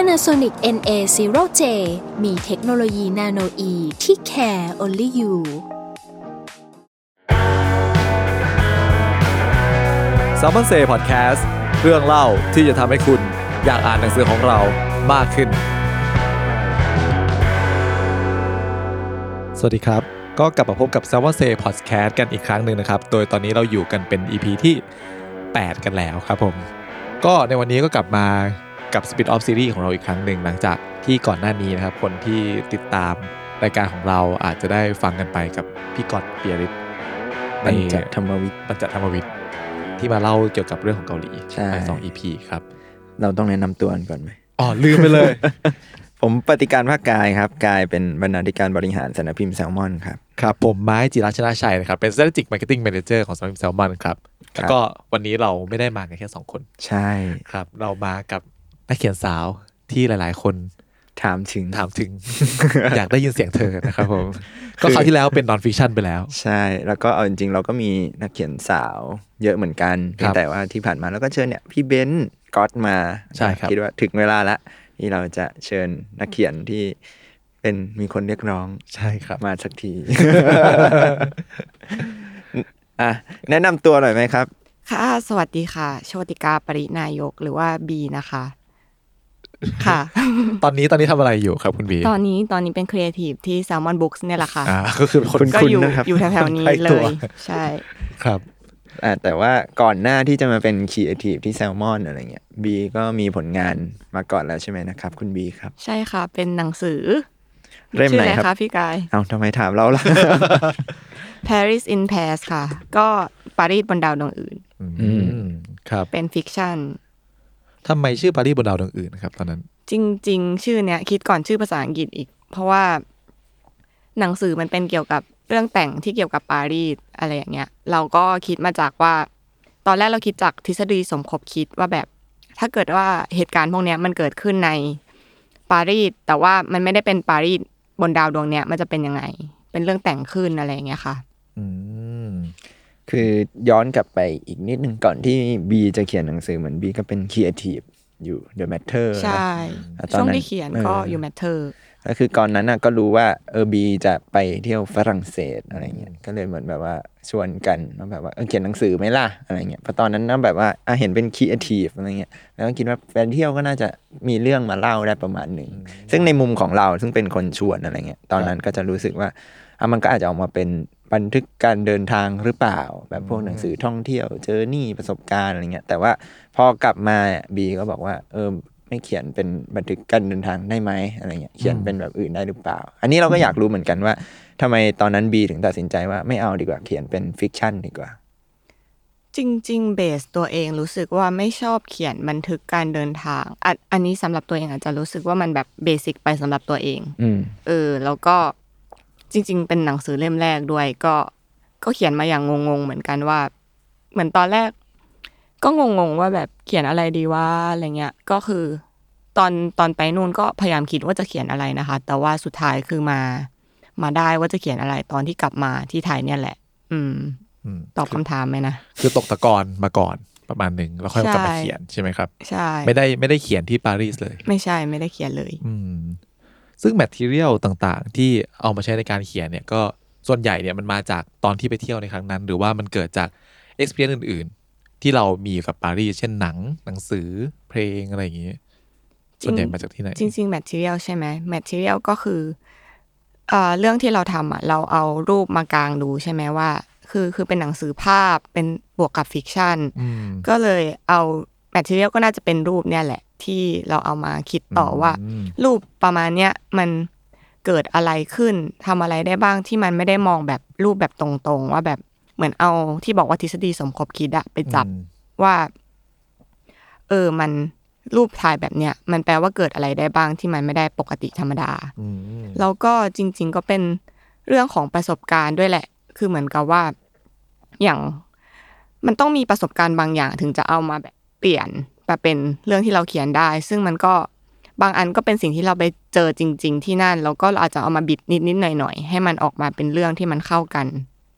Panasonic NA0J มีเทคโนโลยีนาโนอีที่ care only you ซ l ม o n เซ่พอดแคสต์เรื่องเล่าที่จะทำให้คุณอยากอ่านหนังสือของเรามากขึ้น สวัสดีครับ ก็กลับมาพบกับ s ซ l ม o n เซ่พอดแคสต์กันอีกครั้งหนึ่งนะครับ โดยตอนนี้เราอยู่กันเป็น EP ที่ 8 กันแล้วครับผม ก็ในวันนี้ก็กลับมากับ s p i n off Series ของเราอีกครั้งหนึ่งหลังจากที่ก่อนหน้านี้นะครับ คนที่ติดตามรายการของเราอาจจะได้ฟังกันไปกับพี่กอดเปียริศใน ปัญจธรรมวิทย์ ปัญจธรรมวิทย์ที่มาเล่าเกี่ยวกับเรื่องของเกาหลี ใช่ ไปสองอีพีครับ เราต้องแนะนำตัวกันก่อนไหม อ๋อ ลืมไปเลย ผมปฏิการภาคกายครับ กายเป็นบรรณาธิการบริหารสำนักพิมพ์แซลมอนครับ ครับ ผมไม้จิรัชนาชัยนะครับ เป็น strategic marketing manager ของสำนักพิมพ์แซลมอนครับ ครับ แล้วก็วันนี้เราไม่ได้มากันแค่ 2 คน ใช่ ครับ เรามากับนักเขียนสาวที่หลาย ๆ คน ถามถึง ถามถึง อยากได้ยินเสียงเธอนะครับผม ก็คราวที่แล้วเป็น non fiction ไปแล้ว ใช่ แล้วก็เอาจริงๆ เราก็มีนักเขียนสาวเยอะเหมือนกัน ครับ แต่ว่าที่ผ่านมาแล้วก็เชิญเนี่ยพี่เบนซ์ก็อตมา ใช่ครับ คิดว่าถึงเวลาละที่เราจะเชิญนักเขียนที่เป็นมีคนเรียกร้อง ใช่ครับ มาสักที อ่ะแนะนำตัวหน่อยไหมครับ ค่ะ สวัสดีค่ะ โชติกาปรินายกหรือว่าบีนะคะ ค่ะ ตอนนี้ตอนนี้ทำอะไรอยู่ครับคุณบี ตอนนี้ตอนนี้เป็นครีเอทีฟที่ Salmon Books เนี่ยแหละค่ะ อ่าก็คือคน ก็อยู่ คุ้นๆนะครับ อยู่แถวๆนี้ ใก เล ตัวย ใช่ ครับ อ่ะแต่ว่าก่อนหน้าที่จะมาเป็นครีเอทีฟที่แซลมอนอะไรเงี้ยบีก็มีผลงานมาก่อนแล้วใช่ไหมนะครับ คุณบีครับ ใช่ค่ะ เป็นหนังสือ เล่มไหน ชื่ออะคไรรับ คะพี่กาย เอาทำไมถามเราล่ะ Paris in Paris ค่ะ ก็ปารีสบนดาวดวงอื่น อืมครับ เป็นฟิกชัน ทำไมชื่อปารีสบนดาวดวงอื่นครับตอนนั้น จริง ๆ ชื่อเนี้ยคิดก่อนชื่อภาษาอังกฤษอีก เพราะว่า หนังสือมันเป็นเกี่ยวกับเรื่องแต่งที่เกี่ยวกับปารีสอะไรอย่างเงี้ย เราก็คิดมาจากว่า ตอนแรกเราคิดจากทฤษฎีสมคบคิดว่าแบบ ถ้าเกิดว่าเหตุการณ์พวกเนี้ยมันเกิดขึ้นในปารีสแต่ว่ามันไม่ได้เป็นปารีสบนดาวดวงเนี้ยมันจะเป็นยังไง เป็นเรื่องแต่งขึ้นอะไรอย่างเงี้ยค่ะ อืม คือย้อนกลับไปอีกนิดหนึ่งก่อนที่บีจะเขียนหนังสือเหมือนบีก็เป็นครีเอทีฟอยู่ The Matter นะ ใช่ แล้วตอ ช่วง นั้น ที่เขียนก็อยู่แมทเธอร์ แล้วคือก่อนนั้นน่ะก็รู้ว่าเออบีจะไปเที่ยวฝรั่งเศสอะไรเงี้ยก็เลยเหมือนแบบว่าชวนกันว่าแบบว่าเออเขียนหนังสือไหมล่ะอะไรเงี้ยเพราะตอนนั้นน่ะแบบว่าอ่ะเห็นเป็นครีเอทีฟอะไรเงี้ยแล้วก็คิดว่าไปเที่ยวก็น่าจะมีเรื่องมาเล่าได้ประมาณหนึ่ง ซึ่งในมุมของเราซึ่งเป็นคนชวนอะไรเงี้ยตอนนั้นก็จะรู้สึกว่าอ่ะมันก็อาจจะออกมาเป็นบันทึกการเดินทางหรือเปล่า แบบพวกหนังสือท่องเที่ยวเจอร์นี่ประสบการณ์อะไรเงี้ยแต่ว่าพอกลับมาบีก็บอกว่าเออไม่เขียนเป็นบันทึกการเดินทางได้ไหมอะไรเงี้ยเขียนเป็นแบบอื่นได้หรือเปล่า อันนี้เราก็อยากรู้เหมือนกันว่าทำไมตอนนั้นบีถึงตัดสินใจว่าไม่เอาดีกว่าเขียนเป็นฟิกชันดีกว่า จริง ๆ เบสตัวเองรู้สึกว่าไม่ชอบเขียนบันทึกการเดินทางอันอันนี้สำหรับตัวเองอาจจะรู้สึกว่ามันแบบเบสิกไปสำหรับตัวเอง อืม เออแล้วก็จริง ๆ เป็นหนังสือเล่มแรกด้วยก็ก็เขียนมาอย่างงงๆเหมือนกันว่า เหมือนตอนแรก ก็งงๆว่าแบบเขียนอะไรดีวะอะไรเงี้ยก็คือ ตอนตอนไปนู่นก็พยายามคิดว่าจะเขียนอะไรนะคะ แต่ว่าสุดท้ายคือมา มาได้ว่าจะเขียนอะไรตอนที่กลับมาที่ไทยเนี่ยแหละ อืม อืม ตอบคำถามไหมนะ คือตกตะกอนมาก่อนประมาณหนึ่งแล้วค่อย ใช่ กลับมาเขียนใช่ไหมครับ ใช่ ไม่ได้ไม่ได้เขียนที่ปารีสเลย ไม่ใช่ไม่ได้เขียนเลย อืม ซึ่งแมทเทียลต่างๆ ที่เอามาใช้ในการเขียนเนี่ยก็ส่วนใหญ่เนี่ยมันมาจากตอนที่ไปเที่ยวในครั้งนั้น หรือว่ามันเกิดจากเอ็กซ์เพรียอื่น ๆ ที่เรามีอยู่กับปารีสเช่นหนังหนังสือเพลงอะไรอย่างงี้ จริง ส่วนใหญ่มาจากที่ไหน จริงๆ material ใช่ไหม material ก็คือเอ่อเรื่องที่เราทำอ่ะ เราเอารูปมากางดูใช่ไหมว่า คือคือเป็นหนังสือภาพเป็นบวกกับฟิกชัน อืม ก็เลยเอา material ก็น่าจะเป็นรูปเนี่ยแหละ ที่เราเอามาคิดต่ออว่า รูปประมาณเนี้ยมันเกิดอะไรขึ้นทำอะไรได้บ้างที่มันไม่ได้มองแบบรูปแบบตรงๆ ว่าแบบเหมือนเอาที่บอกว่าทฤษฎีสมคบคิดอะไปจับ อืม ว่า เออมัน รูปถ่ายแบบเนี้ยมันแปลว่าเกิดอะไรได้บ้างที่มันไม่ได้ปกติธรรมดา อืม แล้วก็จริง ๆ ก็เป็นเรื่องของประสบการณ์ด้วยแหละ คือเหมือนกับว่า อย่างมันต้องมีประสบการณ์บางอย่างถึงจะเอามาแบบเปลี่ยนมาเป็นเรื่องที่เราเขียนได้ ซึ่งมันก็บางอันก็เป็นสิ่งที่เราไปเจอจริง ๆ ที่นั่น แล้วก็เราอาจจะเอามาบิดนิดๆหน่อยๆให้มันออกมาเป็นเรื่องที่มันเข้ากัน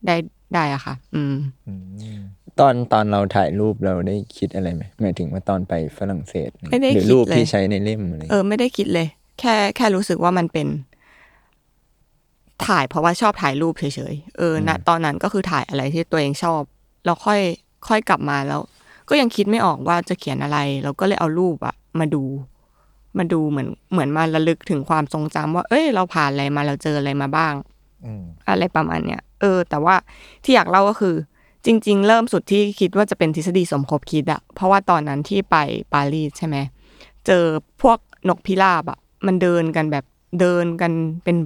ได้ได้อะค่ะ อืม อืม ตอนตอนเราถ่ายรูปเราได้คิดอะไรไหมหมายถึงว่าตอนไปฝรั่งเศส ไม่ได้ หรือ คิด รูปที่ เลย ใช้ในเล่มอะไรอย่าง เอ เงี้ย อไม่ได้คิดเลย แค่แค่รู้สึกว่ามันเป็น ถ่ายเพราะว่าชอบถ่ายรูปเฉยๆเออณตอนนั้นก็คือถ่ายอะไรที่ตัวเองชอบแล้วค่อยค่อยกลับมาแล้ว ก็ยังคิดไม่ออกว่าจะเขียนอะไรเราก็เลยเอารูปอะมาดู มาดูเหมือนเหมือนมาระลึกถึงความทรงจำว่า เอ้ย เราผ่านอะไรมาเราเจออะไรมาบ้าง อืม อะไรประมาณเนี้ยเออ แต่ว่าที่อยากเล่าก็คือ จริง ๆ เริ่มสุดที่คิดว่าจะเป็นทฤษฎีสมคบคิดอะเพราะว่าตอนนั้นที่ไปปารีสใช่ไหมเจอพวกนกพิราบอะมันเดินกันแบบเดินกันเป็น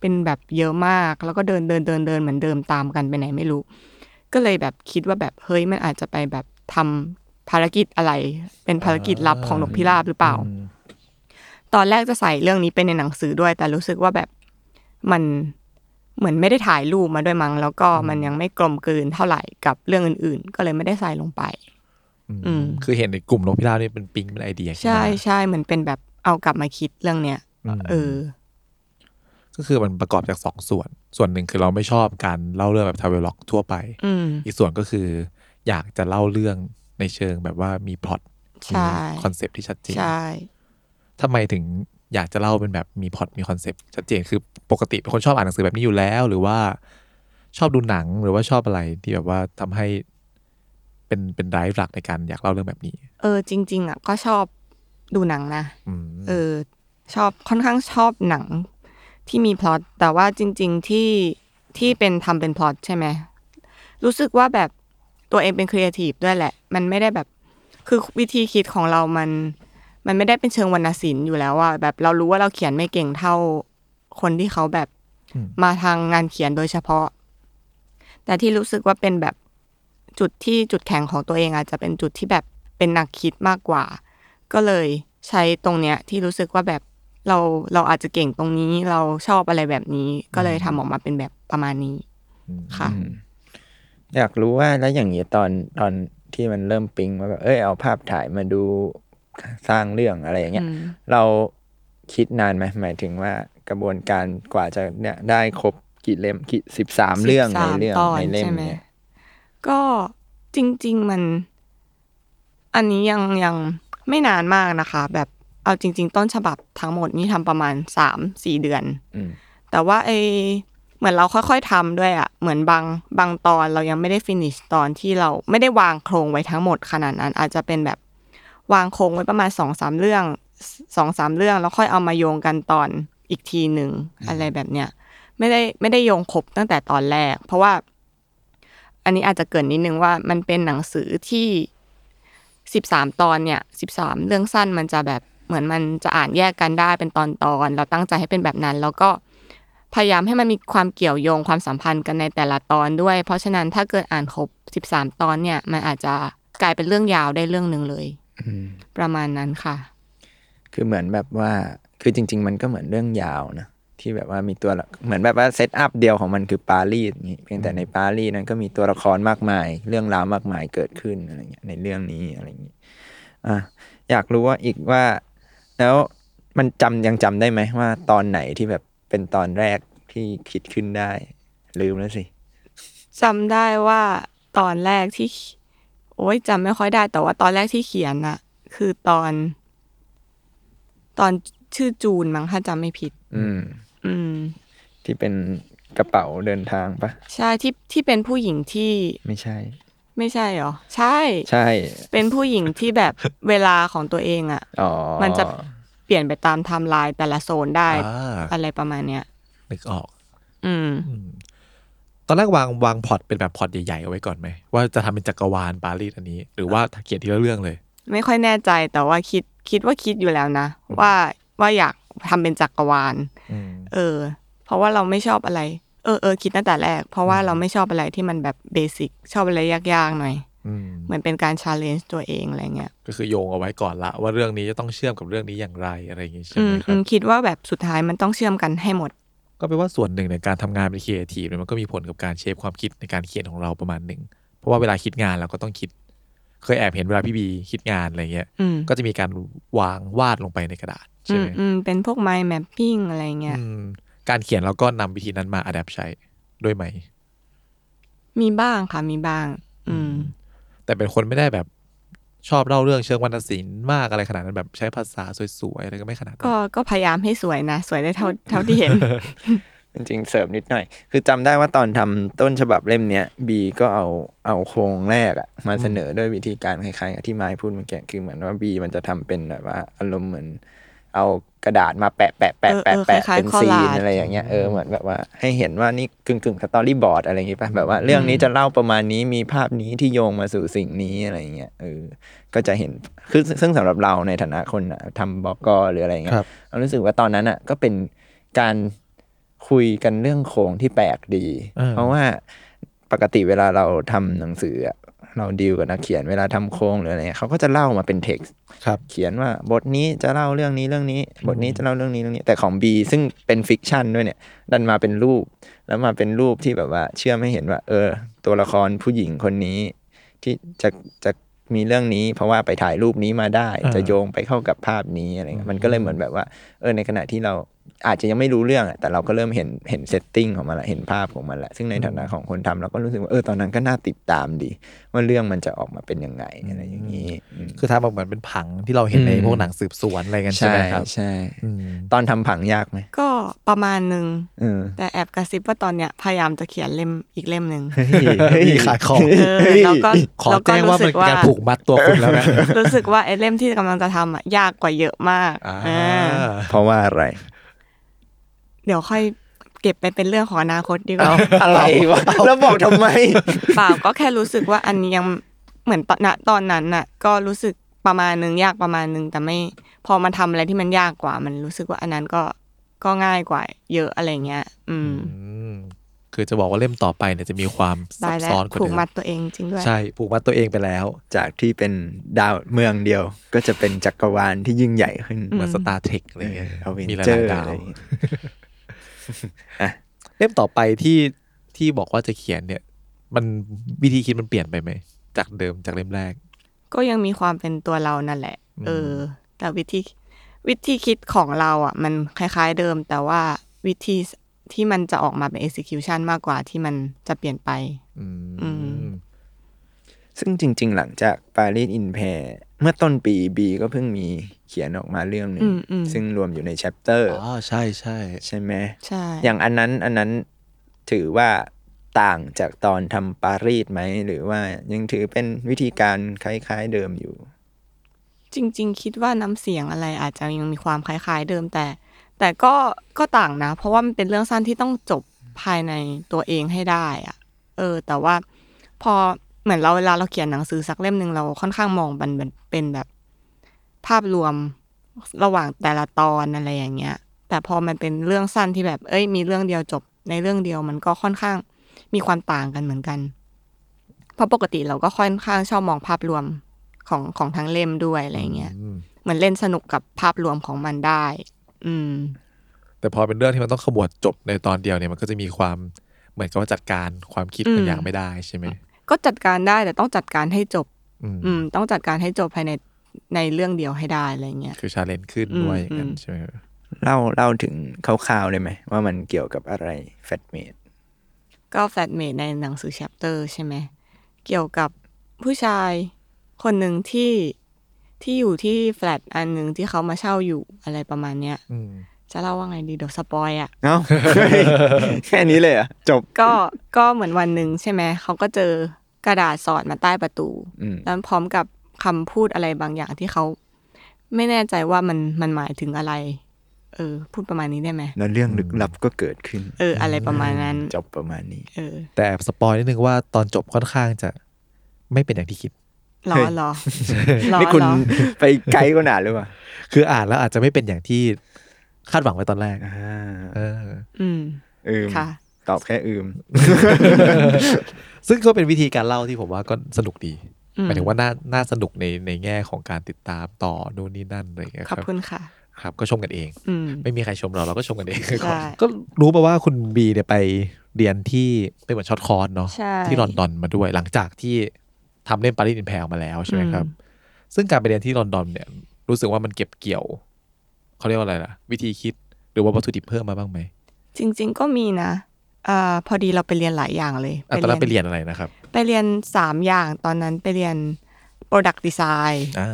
เป็นแบบเยอะมาก แล้วก็เดินเดินเดินเดินเหมือนเดิมตามกันไปไหนไม่รู้ ก็เลยแบบคิดว่าแบบเฮ้ยมันอาจจะไปแบบทำภารกิจอะไร เป็นภารกิจลับของนกพิราบหรือเปล่า อืม ตอนแรกจะใส่เรื่องนี้เป็นในหนังสือด้วย แต่รู้สึกว่าแบบมันเหมือนไม่ได้ถ่ายรูปมาด้วยมั้งแล้วก็มันยังไม่กลมกลืนเท่าไหร่กับเรื่องอื่นๆ ก็เลยไม่ได้ใส่ลงไป อืม คือเห็นในกลุ่มนกพิราบนี่เป็นปิงเป็นไอเดียขึ้นมา ใช่ใช่เหมือนเป็นแบบเอากลับมาคิดเรื่องเนี้ย อืม เออ ก็คือมันประกอบจากสองส่วน ส่วนหนึ่งคือเราไม่ชอบการเล่าเรื่องแบบทาเวล็อกทั่วไป อืม อีกส่วนก็คืออยากจะเล่าเรื่องในเชิงแบบว่ามีพล็อต ใช่ คอนเซปที่ชัดเจน ใช่ ทำไมถึงอยากจะเล่าเป็นแบบมีพล็อตมีคอนเซปชัดเจนคือปกติเป็นคนชอบอ่านหนังสือแบบนี้อยู่แล้ว หรือว่าชอบดูหนังหรือว่าชอบอะไรที่แบบว่าทำให้เป็นเป็นไดรฟ์หลักในการอยากเล่าเรื่องแบบนี้ เออ จริง ๆอ่ะก็ชอบดูหนังนะ อืม เออชอบค่อนข้างชอบหนังที่มีพล็อตแต่ว่าจริง ๆที่ที่เป็นทำเป็นพล็อตใช่ไหมรู้สึกว่าแบบตัวเองเป็นครีเอทีฟด้วยแหละ มันไม่ได้แบบคือวิธีคิดของเรามัน มันไม่ได้เป็นเชิงวรรณศิลป์อยู่แล้วว่าแบบเรารู้ว่าเราเขียนไม่เก่งเท่าคนที่เขาแบบมาทางงานเขียนโดยเฉพาะ แต่ที่รู้สึกว่าเป็นแบบจุดที่จุดแข็งของตัวเองอาจจะเป็นจุดที่แบบเป็นนักคิดมากกว่า ก็เลยใช้ตรงเนี้ยที่รู้สึกว่าแบบเราเราอาจจะเก่งตรงนี้เราชอบอะไรแบบนี้ ก็เลยทำออกมาเป็นแบบประมาณนี้ค่ะ อยากรู้ว่าแล้วอย่างเงี้ยตอนตอนที่มันเริ่มปิ๊งว่าแบบเอ้ยเอาภาพถ่ายมาดูสร้างเรื่องอะไรอย่างเงี้ย อืม เราคิดนานไหมหมายถึงว่ากระบวนการกว่าจะเนี่ยได้ครบกี่เล่มกี่สิบสามเรื่องในเรื่อง ตอน ในเล่ม ใช่ไหม เนี่ย ก็จริง ๆ มัน อันนี้ยังยังไม่นานมากนะคะ แบบเอาจริง ๆ ต้นฉบับทั้งหมดนี่ทำประมาณสามสี่เดือน อืม แต่ว่าไอเหมือนเราค่อย ๆทำด้วยอะ่ะ เหมือนบางบางตอนเรายังไม่ได้ฟินิชตอนที่เราไม่ได้วางโครงไว้ทั้งหมดขนาดนั้น อาจจะเป็นแบบวางโครงไว้ประมาณสองสามเรื่องสองสามเรื่อง แล้วค่อยเอามาโยงกันตอนอีกทีหนึ่งอะไรแบบเนี้ยไม่ได้ไม่ได้โยงครบตั้งแต่ตอนแรก เพราะว่า อันนี้อาจจะเกรินนิดนึงว่ามันเป็นหนังสือที่สิบสามตอนเนี่ยสิบสามเรื่องสั้นมันจะแบบเหมือนมันจะอ่านแยกกันได้เป็นตอนตอนๆเราตั้งใจให้เป็นแบบนั้น แล้วก็ พยายามให้มันมีความเกี่ยวโยงความสัมพันธ์กันในแต่ละตอนด้วย เพราะฉะนั้นถ้าเกิดอ่านครบ 13 ตอนเนี่ย มันอาจจะกลายเป็นเรื่องยาวได้เรื่องหนึ่งเลย ประมาณนั้นค่ะ คือเหมือนแบบว่าคือจริง ๆ มันก็เหมือนเรื่องยาวนะที่แบบว่ามีตัวละเหมือนแบบว่าเซตอัพเดียวของมันคือปารีสอย่างงี้เพียงแต่ในปารีสนั้นก็มีตัวละครมากมาย เรื่องราวมากมายเกิดขึ้นอะไรเงี้ยในเรื่องนี้อะไรอย่างงี้อ่ะอยากรู้ว่าอีกว่า แล้วมันจำยังจำได้ไหมว่า ตอนไหนที่แบบเป็นตอนแรกที่คิดขึ้นได้ ลืมแล้วสิ จำได้ว่าตอนแรกที่ โอ๊ยจำไม่ค่อยได้ แต่ว่าตอนแรกที่เขียนน่ะ คือตอน ตอนชื่อจูนมั้งถ้าจำไม่ผิด อืม อืม ที่เป็นกระเป๋าเดินทางปะ ใช่ที่ที่เป็นผู้หญิงที่ ไม่ใช่ ไม่ใช่เหรอ ใช่ ใช่ เป็นผู้หญิงที่แบบ เวลาของตัวเองอ่ะ อ๋อ มันจะเปลี่ยนไปตามไทม์ไลน์แต่ละโซนได้ อ่า อะไรประมาณเนี้ย นึกออก อืม ตอนแรกวางวางพล็อตเป็นแบบพล็อตใหญ่ๆเอาไว้ก่อนไหมว่าจะทำเป็นจักรวาลปารีสอันนี้ หรือว่าเขียนทีละเรื่องเลย ไม่ค่อยแน่ใจแต่ว่าคิดคิดว่าคิดอยู่แล้วนะ ว่าว่าอยากทำเป็นจักรวาล อืม เออ เพราะว่าเราไม่ชอบอะไร เออเออคิดตั้งแต่แรก เพราะว่าเราไม่ชอบอะไรที่มันแบบเบสิกชอบอะไรยากๆหน่อย อืม เหมือนเป็นการชาเลนจ์ตัวเองอะไรเงี้ย ก็คือโยงเอาไว้ก่อนละ ว่าเรื่องนี้จะต้องเชื่อมกับเรื่องนี้อย่างไรอะไรอย่างงี้ใช่ อื ไหม ม ค อื รับ มคิดว่าแบบสุดท้ายมันต้องเชื่อมกันให้หมด ก็แปลว่าส่วนหนึ่งในการทำงานเป็นครีเอทีฟเนี่ยมันก็มีผลกับการเชฟความคิดในการเขียนของเราประมาณหนึ่ง เพราะว่าเวลาคิดงานเราก็ต้องคิด เคยแอบเห็นเวลาพี่บีคิดงานอะไรเงี้ย อืม ก็จะมีการวางวาดลงไปในกระดาษใช่ อื ไห ม ม อืมเป็นพวก mind mapping อะไรเงี้ย อืมการเขียนเราก็นำวิธีนั้นมาอัดแอปใช้ด้วยไหม มีบ้างค่ะมีบ้าง อืม แต่เป็นคนไม่ได้แบบชอบเล่าเรื่องเชิงวรรณศิลป์มากอะไรขนาดนั้นแบบใช้ภาษาสวยๆอะไรก็ไม่ขนาดนั้น ก็ก็พยายามให้สวยนะ สวยได้เท่าเท่าที่ เห็น จริงๆเสริมนิดหน่อย คือจำได้ว่าตอนทำต้นฉบับเล่มเนี้ยบีก็เอาเอาโครงแรกอะมาเสนอด้วยวิธีการคล้ายๆกับที่ไม้พูดเมื่อกี้คือเหมือนว่าบีมันจะทำเป็นแบบว่าอารมณ์เหมือน เอากระดาษมาแปะแปะแปะแปะ เออเออ แปะ คล้ายๆ เป็นซีน collage อะไรอย่างเงี้ยเออเหมือนแบบว่าให้เห็นว่านี่กึ่งกึ่งสตอรี่บอร์ดอะไรอย่างงี้ป่ะแบบว่าเรื่องนี้จะเล่าประมาณนี้มีภาพนี้ที่โยงมาสู่สิ่งนี้อะไรอย่างเงี้ยเออก็จะเห็นคือซึ่งสำหรับเราในฐานะคนอะทำบอกกหรืออะไรอย่างเงี้ ครั ย บ เรารู้สึกว่าตอนนั้นอะก็เป็นการ คุยกันเรื่องโครงที่แปลกดี เออ เพราะว่าปกติเวลาเราทำหนังสืออะเราดีลกับนักเขียนเวลาทำโครงหรืออะไรเงี้ยเขาก็จะเล่ามาเป็นเท็กซ์ ครับ เขียนว่าบทนี้จะเล่าเรื่องนี้เรื่องนี้ บทนี้จะเล่าเรื่องนี้เรื่องนี้ แต่ของ B ซึ่งเป็นฟิกชันด้วยเนี่ย ดันมาเป็นรูป แล้วมาเป็นรูปที่แบบว่าเชื่อมให้เห็นว่า เออ ตัวละครผู้หญิงคนนี้ ที่จะจะมีเรื่องนี้ เพราะว่าไปถ่ายรูปนี้มาได้ อ่า จะโยงไปเข้ากับภาพนี้อะไรเงี้ยมันก็เลยเหมือนแบบว่า เออในขณะที่เราอาจจะยังไม่รู้เรื่องอะแต่เราก็เริ่มเห็นเห็นเซตติ้งของมันละเห็นภาพของมันละซึ่งในฐานะของคนทำเราก็รู้สึกว่าเออตอนนั้นก็น่าติดตามดี ว่าเรื่องมันจะออกมาเป็นยังไงอะไรอย่างนี้อืม คือทำแบบเหมือนเป็นผังที่เราเห็นใน อืม พวกหนังสืบสวนอะไรกันใช่ไหมครับ ใช่ อืม ตอนทำผังยากไหม ก็ประมาณหนึ่ง เออ แต่แอบกระซิบว่าตอนเนี้ยพยายามจะเขียนเล่มอีกเล่มหนึ่ง เฮ้ยเฮ้ย มีขายของ เออแล้วก็ ขอ แล้วก็ แจ้งว่า รู้สึ มัน ก เป็น ว่า การผูกมัดตัวคุณแล้วนะ รู้สึกว่าไอ้เล่มที่กำลังจะทำอ่ะยากกว่าเยอะมาก อ่า เออ เพราะว่าอะไร เดี๋ยวค่อยเก็บไปเป็นเรื่องของอนาคตดีก ว่า อะไรวะแล้วบอกทำไม เปล่าก็แค่รู้สึกว่าอันนี้ยังเหมือนตอนณตอนนั้นน่ะ ก็รู้สึกประมาณหนึ่งยากประมาณหนึ่งแต่ไม่พอมาทำอะไรที่มันยากกว่า มันรู้สึกว่าอันนั้นก็ก็ง่ายกว่าเยอะอะไรเงี้ย อืม อืมคือจะบอกว่าเล่มต่อไปเนี่ยจะมีความซั ได้ บ แล้ว ซ้อนกว่า ผูก เดิม มัดตัวเองจริงด้วย ใช่ผูกมัดตัวเองไปแล้ว จากที่เป็นดาวเมืองเดียว ก็จะเป็นจักรวาลที่ยิ่งใหญ่ขึ้น อื เหมือนสตาร์เทคอะไรเงี้ย เออ Avenger มีหลายๆดาว อะไรอย่างเงี้ย เล่มต่อไปที่ที่บอกว่าจะเขียนเนี่ย มันวิธีคิดมันเปลี่ยนไปไหมจากเดิมจากเล่มแรก ก็ยังมีความเป็นตัวเรานั่นแหละ อืม เออ แต่วิธีวิธีคิดของเราอ่ะ มันคล้ายๆเดิม แต่ว่าวิธีที่มันจะออกมาเป็น execution มากกว่าที่มันจะเปลี่ยนไป อื อื ม ม ซึ่งจริง ๆ หลังจากปารีสอินแพรเมื่อต้นปีบีก็เพิ่งมีเขียนออกมาเรื่องหนึ่ อื ง มอืม ซึ่งรวมอยู่ในแชปเตอร์ อ๋อใช่ใช่ ใช่ไหม ใช่ อย่างอันนั้นอันนั้นถือว่าต่างจากตอนทำปารีสไหม หรือว่ายังถือเป็นวิธีการคล้ายๆเดิมอยู่ จริง ๆ คิดว่าน้ำเสียงอะไรอาจจะยังมีความคล้ายๆเดิมแต่ แต่ก็ก็ต่างนะ เพราะว่ามันเป็นเรื่องสั้นที่ต้องจบภายในตัวเองให้ได้อ่ะ เออ แต่ว่าพอเหมือนเราเวลาเราเขียนหนังสือสักเล่มหนึ่งเราค่อนข้างมองมันเป็นเป็นแบบ ภาพรวมระหว่างแต่ละตอนอะไรอย่างเงี้ย แต่พอมันเป็นเรื่องสั้นที่แบบ เอ้ย มีเรื่องเดียวจบในเรื่องเดียวมันก็ค่อนข้างมีความต่างกันเหมือนกัน เพราะปกติเราก็ค่อนข้างชอบมองภาพรวมของของทั้งเล่มด้วยอะไรอย่างเงี้ย อืม เหมือนเล่นสนุกกับภาพรวมของมันได้ อืม แต่พอเป็นเรื่องที่มันต้องขบวดจบในตอนเดียวเนี่ยมันก็จะมีความเหมือนกับว่าจัดการความคิดบางอย่างไม่ได้ใช่ไหม ก็จัดการได้แต่ต้องจัดการให้จบ อืม อืม ต้องจัดการให้จบภายในในเรื่องเดียวให้ได้อะไรเงี้ย คือชาเลนจ์ขึ้นด้วยอย่างนั้น อืม ใช่ไหมครับ เล่าเล่าถึงคร่าวๆเลยไหม ว่ามันเกี่ยวกับอะไรแฟตเมด ก็แฟลตเมทในหนังสือแชปเตอร์ใช่ไหม เกี่ยวกับผู้ชายคนหนึ่งที่ที่อยู่ที่แฟลตอันหนึ่งที่เขามาเช่าอยู่อะไรประมาณเนี้ย อืม จะเล่าว่าไงดีเดี๋ยวสปอยอะ เอ้า แค่นี้เลยเหรอ่ะ จบ ก็ก็เหมือนวันหนึ่งใช่ไหมเขาก็เจอกระดาษสอดมาใต้ประตู อืม แล้วพร้อมกับคำพูดอะไรบางอย่างที่เขาไม่แน่ใจว่ามันมันหมายถึงอะไร เออ พูดประมาณนี้ได้ไหม แล้วเรื่องลึกลับก็เกิดขึ้น เออ อะไรประมาณนั้น จบประมาณนี้ เออ แต่แอบสปอยนิดนึงว่าตอนจบค่อนข้างจะไม่เป็นอย่างที่คิด รอรอรอ นี่คุณ รอ ไปไกด์ก็หนาหรือเปล่า คืออ่านแล้วอาจจะไม่เป็นอย่างที่คาดหวังไว้ตอนแรก อ่า เออ อืม เออ ค่ะ ตอบแค่อืม ซึ่งก็เป็นวิธีการเล่าที่ผมว่าก็สนุกดี อื ห ม มายถึงว่าน่าน่าสนุกในในแง่ของการติดตามต่อนู่นนี่นั่นอะไรอย่างเงี้ย ข ค อ รั บบคุณค่ะ ครับก็ชมกันเอง อืม ไม่มีใครชมเราเราก็ชมกันเอง ใช่ ก็รู้มาว่าคุณบีเนี่ยไปเรียนที่เป็นเหมือนช็อตคอร์สเนาะ ใช่ ที่ลอนดอนมาด้วย หลังจากที่ทำเล่นปารีสอินแพลมาแล้วใช่ไหมครับ อืม ซึ่งการไปเรียนที่ลอนดอนเนี่ย รู้สึกว่ามันเก็บเกี่ยวเขาเรียกว่าอะไรล่ะ วิธีคิดหรือว่าวัตถุดิบเพิ่มมาบ้างไหม จริง ๆ ก็มีนะอ่าพอดีเราไปเรียนหลายอย่างเลย อ่ะตอนนั้นไปเรียนอะไรนะครับ ไปเรียนสามอย่างตอนนั้นไปเรียน Product Design อ่า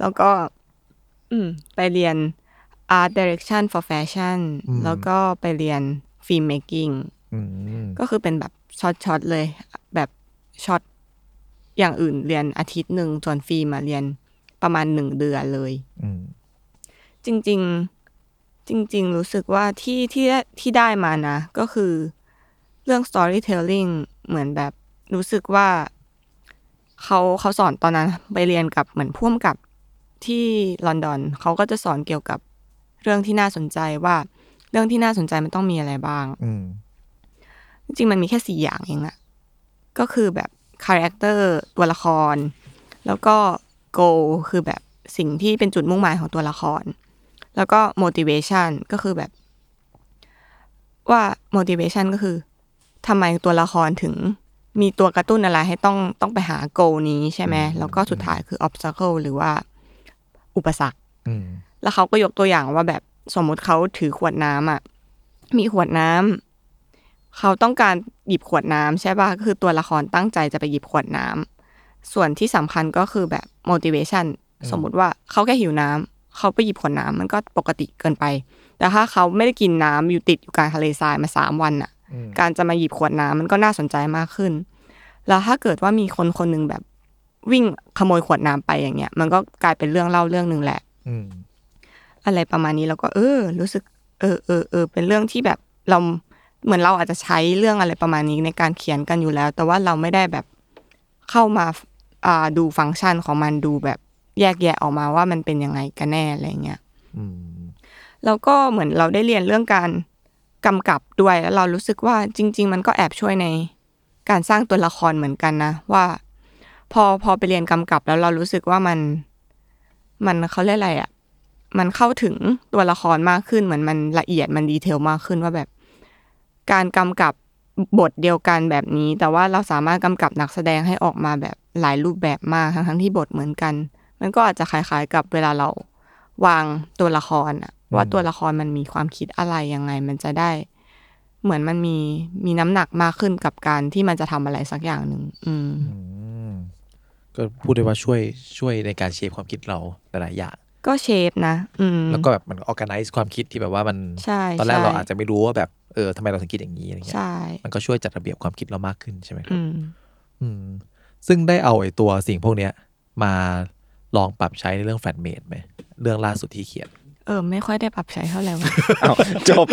แล้วก็ อืม ไปเรียน Art Direction for Fashion แล้วก็ไปเรียน Film Making อืม ก็คือเป็นแบบช็อตๆเลย แบบช็อตอย่างอื่นเรียนอาทิตย์หนึ่งส่วนฟิล์มมาเรียนประมาณหนึ่งเดือนเลย อืม จริง ๆ จริง ๆ รู้สึกว่าที่ที่ได้ที่ได้มานะ ก็คือเรื่อง storytelling เหมือนแบบรู้สึกว่าเขาเขาสอนตอนนั้นไปเรียนกับเหมือนพ่วมกับที่ลอนดอนเขาก็จะสอนเกี่ยวกับเรื่องที่น่าสนใจว่า เรื่องที่น่าสนใจมันต้องมีอะไรบ้าง อืม จริงๆมันมีแค่สี่อย่างเองอะก็คือแบบคาแรคเตอร์ตัวละคร แล้วก็ goal คือแบบสิ่งที่เป็นจุดมุ่งหมายของตัวละคร แล้วก็ motivation ก็คือแบบ ว่า motivation ก็คือทำไมตัวละครถึงมีตัวกระตุ้นอะไรให้ต้องต้องไปหา goal นี้ใช่ไหมแล้วก็สุดท้ายคือ obstacle หรือว่าอุปสรรค อืม แล้วเขาก็ยกตัวอย่างว่าแบบสมมุติเขาถือขวดน้ำอ่ะ มีขวดน้ำเขาต้องการหยิบขวดน้ำใช่ป่ะก็คือตัวละครตั้งใจจะไปหยิบขวดน้ำส่วนที่สำคัญก็คือแบบ motivation สมมุติว่าเขาแค่หิวน้ำเขาไปหยิบขวดน้ำมันก็ปกติเกินไป แต่ถ้าเขาไม่ได้กินน้ำอยู่ติดอยู่กลางทะเลทรายมาสามวันอ่ะ การจะมาหยิบขวดน้ำมันก็น่าสนใจมากขึ้น แล้วถ้าเกิดว่ามีคนคนหนึ่งแบบวิ่งขโมยขวดน้ำไปอย่างเงี้ย มันก็กลายเป็นเรื่องเล่าเรื่องหนึ่งแหละ อืม อะไรประมาณนี้เราก็เออ รู้สึก เออเออเออเป็นเรื่องที่แบบเราเหมือนเราอาจจะใช้เรื่องอะไรประมาณนี้ในการเขียนกันอยู่แล้ว แต่ว่าเราไม่ได้แบบเข้ามาอ่าดูฟังก์ชันของมันดูแบบแยกแยะออกมาว่ามันเป็นยังไงกันแน่อะไรเงี้ย อืม แล้วก็เหมือนเราได้เรียนเรื่องการกำกับด้วยแล้วเรารู้สึกว่าจริง ๆ มันก็แอบช่วยในการสร้างตัวละครเหมือนกันนะว่า พอพอไปเรียนกำกับแล้วเรารู้สึกว่ามัน มันเขาเรียกอะไรอะ่ะ มันเข้าถึงตัวละครมากขึ้นเหมือนมันละเอียดมันดีเทลมากขึ้นว่าแบบ การกำกับบทเดียวกันแบบนี้ แต่ว่าเราสามารถกำกับนักแสดงให้ออกมาแบบหลายรูปแบบมากทั้งทั้งๆที่บทเหมือนกัน มันก็อาจจะคล้ายๆกับเวลาเราวางตัวละครอะว่าตัวละครมันมีความคิดอะไรยังไง มันจะได้ เหมือนมันมีมีน้ำหนักมากขึ้นกับการที่มันจะทำอะไรสักอย่างหนึ่งอืม อืมก็พูดได้ว่าช่วยช่วยในการเชฟความคิดเราหลายๆอย่าง ก็เชฟนะ อืม แล้วก็แบบมัน organize ความคิดที่แบบว่ามัน ใช่ ตอนแรก ใช่ เราอาจจะไม่รู้ว่าแบบเออทำไมเราถึงคิดอย่างนี้อะไรเงี้ย ใช่ มันก็ช่วยจัดระเบียบความคิดเรามากขึ้นใช่ไหมครั อื บ ม อืมซึ่งได้เอาไอ้ตัวสิ่งพวกเนี้ย มาลองปรับใช้ในเรื่องแฟนเมดไหมเรื่องล่าสุดที่เขียน เออ ไม่ค่อยได้ปรับใช้เท่าไหร่วะ เอา จบ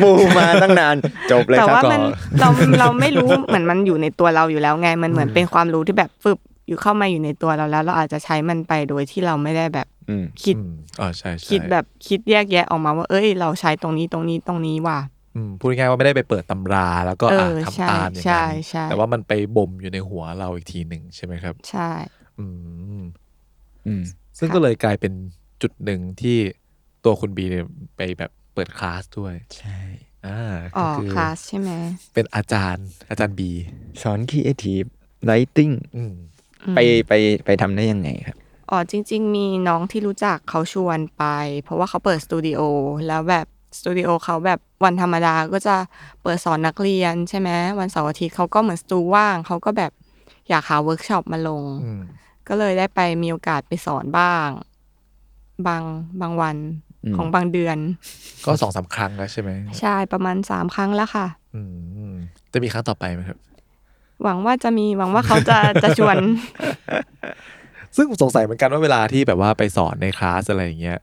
ปูมาตั้งนาน จบเลย แต่ ครับ ว่ามัน ก็ เราเราไม่รู้ เหมือนมันอยู่ในตัวเราอยู่แล้วไง มันเหมือนเป็นความรู้ที่แบบฟึบอยู่เข้ามาอยู่ในตัวเราแล้ว เราอาจจะใช้มันไปโดยที่เราไม่ได้แบบ อืม คิด อืมอ๋อใช่ใช่ คิดแบบคิดแยกแยะออกมาว่า เอ้ย เราใช้ตรงนี้ตรงนี้ตรงนี้ว่ะ อืมพูดง่ายๆว่าไม่ได้ไปเปิดตำราแล้วก็ เออ อ่า ใช่ ทำตามอย่าง ใช่ นั้น ใช่ แต่ว่ามันไปบ่มอยู่ในหัวเราอีกทีหนึ่งใช่ไหมครับ ใช่ อืม อืม ซึ่ง ค่ะ ก็เลยกลายเป็นจุดหนึ่งที่ตัวคุณบีเนี่ยไปแบบเปิดคลาสด้วย ใช่ อ่าก็อ๋อ คือ คลาสใช่ไหม เป็นอาจารย์อาจารย์บี สอนคีเอทีฟไลติ้ง อืม ไปไปไปทำได้ยังไงครับ อ๋อจริง ๆ มีน้องที่รู้จักเขาชวนไป เพราะว่าเขาเปิดสตูดิโอแล้วแบบสตูดิโอเขาแบบวันธรรมดาก็จะเปิดสอนนักเรียนใช่ไหมวันเสาร์อาทิตย์เขาก็เหมือนสตูว่างเขาก็แบบอยากหาเวิร์กช็อปมาลง อืม ก็เลยได้ไปมีโอกาสไปสอนบ้าง บางบางวัน อืม ของบางเดือน ก็สองสามครั้งแล้วใช่ไหม ใช่ประมาณสามครั้งแล้วค่ะ อืมจะมีครั้งต่อไปไหมครับ หวังว่าจะมีหวังว่าเขาจะ จะชวน ซึ่งผมสงสัยเหมือนกันว่าเวลาที่แบบว่าไปสอนในคลาสอะไรอย่างเงี้ย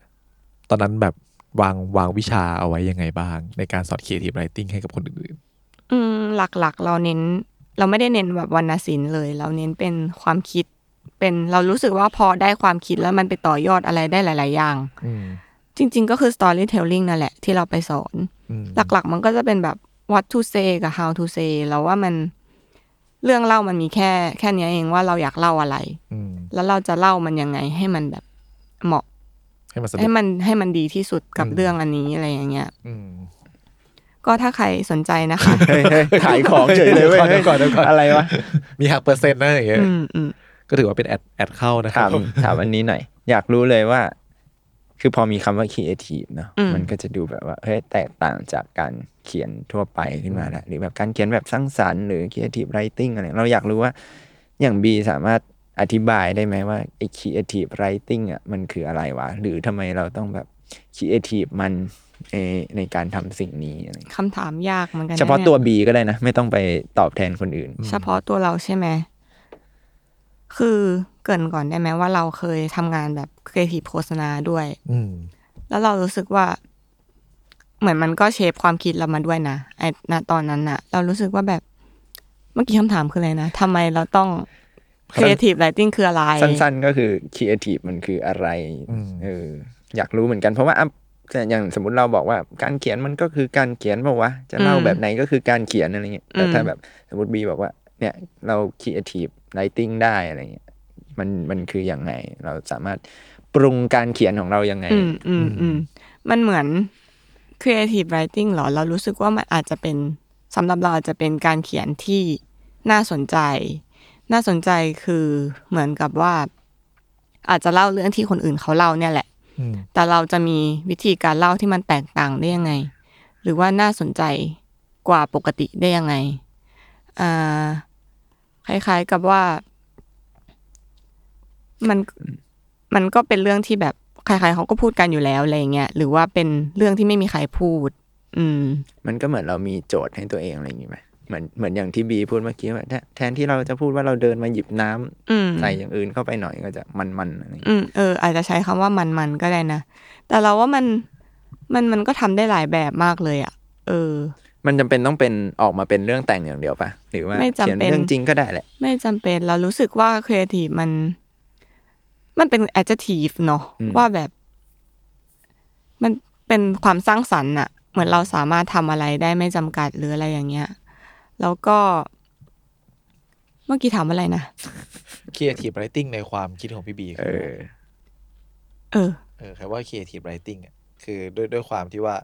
ตอนนั้นแบบวางวางวิชาเอาไว้ยังไงบ้าง ในการสอน creative writing ให้กับคนอื่น อืมหลักๆ เราเน้น เราไม่ได้เน้นแบบวรรณศิลป์เลย เราเน้นเป็นความคิด เป็นเรารู้สึกว่าพอได้ความคิดแล้วมันไปต่อยอดอะไรได้หลาย ๆ อย่าง ๆอืม จริง ๆ ก็คือ storytelling นั่นแหละที่เราไปสอน อืม หลักๆ มันก็จะเป็นแบบ what to say กับ how to say แล้วว่ามันเรื่องเล่ามันมีแค่แค่เนี้ยเองว่าเราอยากเล่าอะไร อืม แล้วเราจะเล่ามันยังไงให้มันแบบเหมาะ ให้มันสนุ ให้ ก มันให้มันดีที่สุดกับเรื่องอันนี้อะไรอย่างเงี้ย อืม ก็ถ้าใครสนใจนะคะ เฮ้ยเฮ้ยขายของเฉยเลยเว้ย เดี๋ยวก่อนเดี๋ยวก่อน อะไรวะ มีหักเปอร์เซ็นต์นะอย่างเงี้ย อืมอืม ก็ถือว่าเป็นแอดแอดเข้านะค ถา รั ม บ ถามอันนี้หน่อย อยากรู้เลยว่า คือพอมีคำว่า creative เนอะ อืม มันก็จะดูแบบว่าเฮ้ยแตกต่างจากการเขียนทั่วไปขึ้นมาแล้วหรือแบบการเขียนแบบสร้างสรรค์หรือ creative writing อะไรเราอยากรู้ว่า อย่างบีสามารถอธิบายได้ไหมว่าไอ้ creative writing อ่ะมันคืออะไรวะ หรือทำไมเราต้องแบบ creative มันเอ่อในการทำสิ่งนี้อะไรเงี้ย คำถามยากเหมือนกันน เฉพาะตัว นี่ย บีก็ได้นะ ไม่ต้องไปตอบแทนคนอื่น เฉพาะตัวเราใช่ไหม คือเกรินก่อนได้ไหมว่าเราเคยทำงานแบบครีเอทีฟโฆษณาด้วย อืม แล้วเรารู้สึกว่า เหมือนมันก็เชฟความคิดเรามาด้วยนะไอ้ณตอนนั้นน่ะ เรารู้สึกว่าแบบ เมื่อกี้คำถามคืออะไรนะทำไมเราต้องครีเอทีฟไ i ติ n งคืออะไร สั้นๆก็คือค r e เอทีฟมันคืออะไร อืม เอออยากรู้เหมือนกันเพราะว่าอ่ะแต่อย่างสมมติเราบอกว่าการเขียนมันก็คือการเขียนเปล่าวะจะเล่า อืม แบบไหนก็คือการเขียนอะไรเงี้ยแต่ อืม ถ้าแบบสมมติบีบอกว่า เนี่ยเราค r e เอทีฟไ i ติ n งได้อะไรเงี้ยมันมันคืออย่างไง เราสามารถปรุงการเขียนของเรายังไง อืมอืมอืมมันเหมือน creative writing เหรอ เรารู้สึกว่ามันอาจจะเป็นสำหรับเราอาจจะเป็นการเขียนที่น่าสนใจ น่าสนใจคือเหมือนกับว่า อาจจะเล่าเรื่องที่คนอื่นเขาเล่าเนี่ยแหละ อืม แต่เราจะมีวิธีการเล่าที่มันแตกต่างได้ยังไง หรือว่าน่าสนใจกว่าปกติได้ยังไงอ่าคล้ายๆกับว่า มันมันก็เป็นเรื่องที่แบบใครๆเขาก็พูดกันอยู่แล้วอะไรอย่างเงี้ยหรือว่าเป็นเรื่องที่ไม่มีใครพูด อืม มันก็เหมือนเรามีโจทย์ให้ตัวเองอะไรอย่างงี้ไหมเหมือนเหมือนอย่างที่บีพูดเมื่อกี้ว่าแทนแทนที่เราจะพูดว่าเราเดินมาหยิบน้ำ อืม ใส่อย่างอื่นเข้าไปหน่อยก็จะมันๆอะไรเงี้ย อืมเอออาจจะใช้คำว่ามันมันๆก็ได้นะ แต่เราว่ามันมันมันก็ทำได้หลายแบบมากเลยอะ่ะ เออ มันจำเป็นต้องเป็นออกมาเป็นเรื่องแต่งอย่างเดียวปะหรือว่า ไม่จำ เขียน เป็น เรื่องจริงก็ได้แหละ ไม่จำเป็นเรารู้สึกว่าครีเอทีฟมัน มันเป็น adjective เนอะ อืม ว่าแบบ มันเป็นความสร้างสรรค์อะเหมือนเราสามารถทำอะไรได้ไม่จำกัดหรืออะไรอย่างเงี้ย แล้วก็ เมื่อกี้ถามอะไรนะ creative writing ในความคิดของพี่บี เอ คือ อ เออ เออคำว่า creative writing อ่ะคือด้วยด้วยความที่ว่า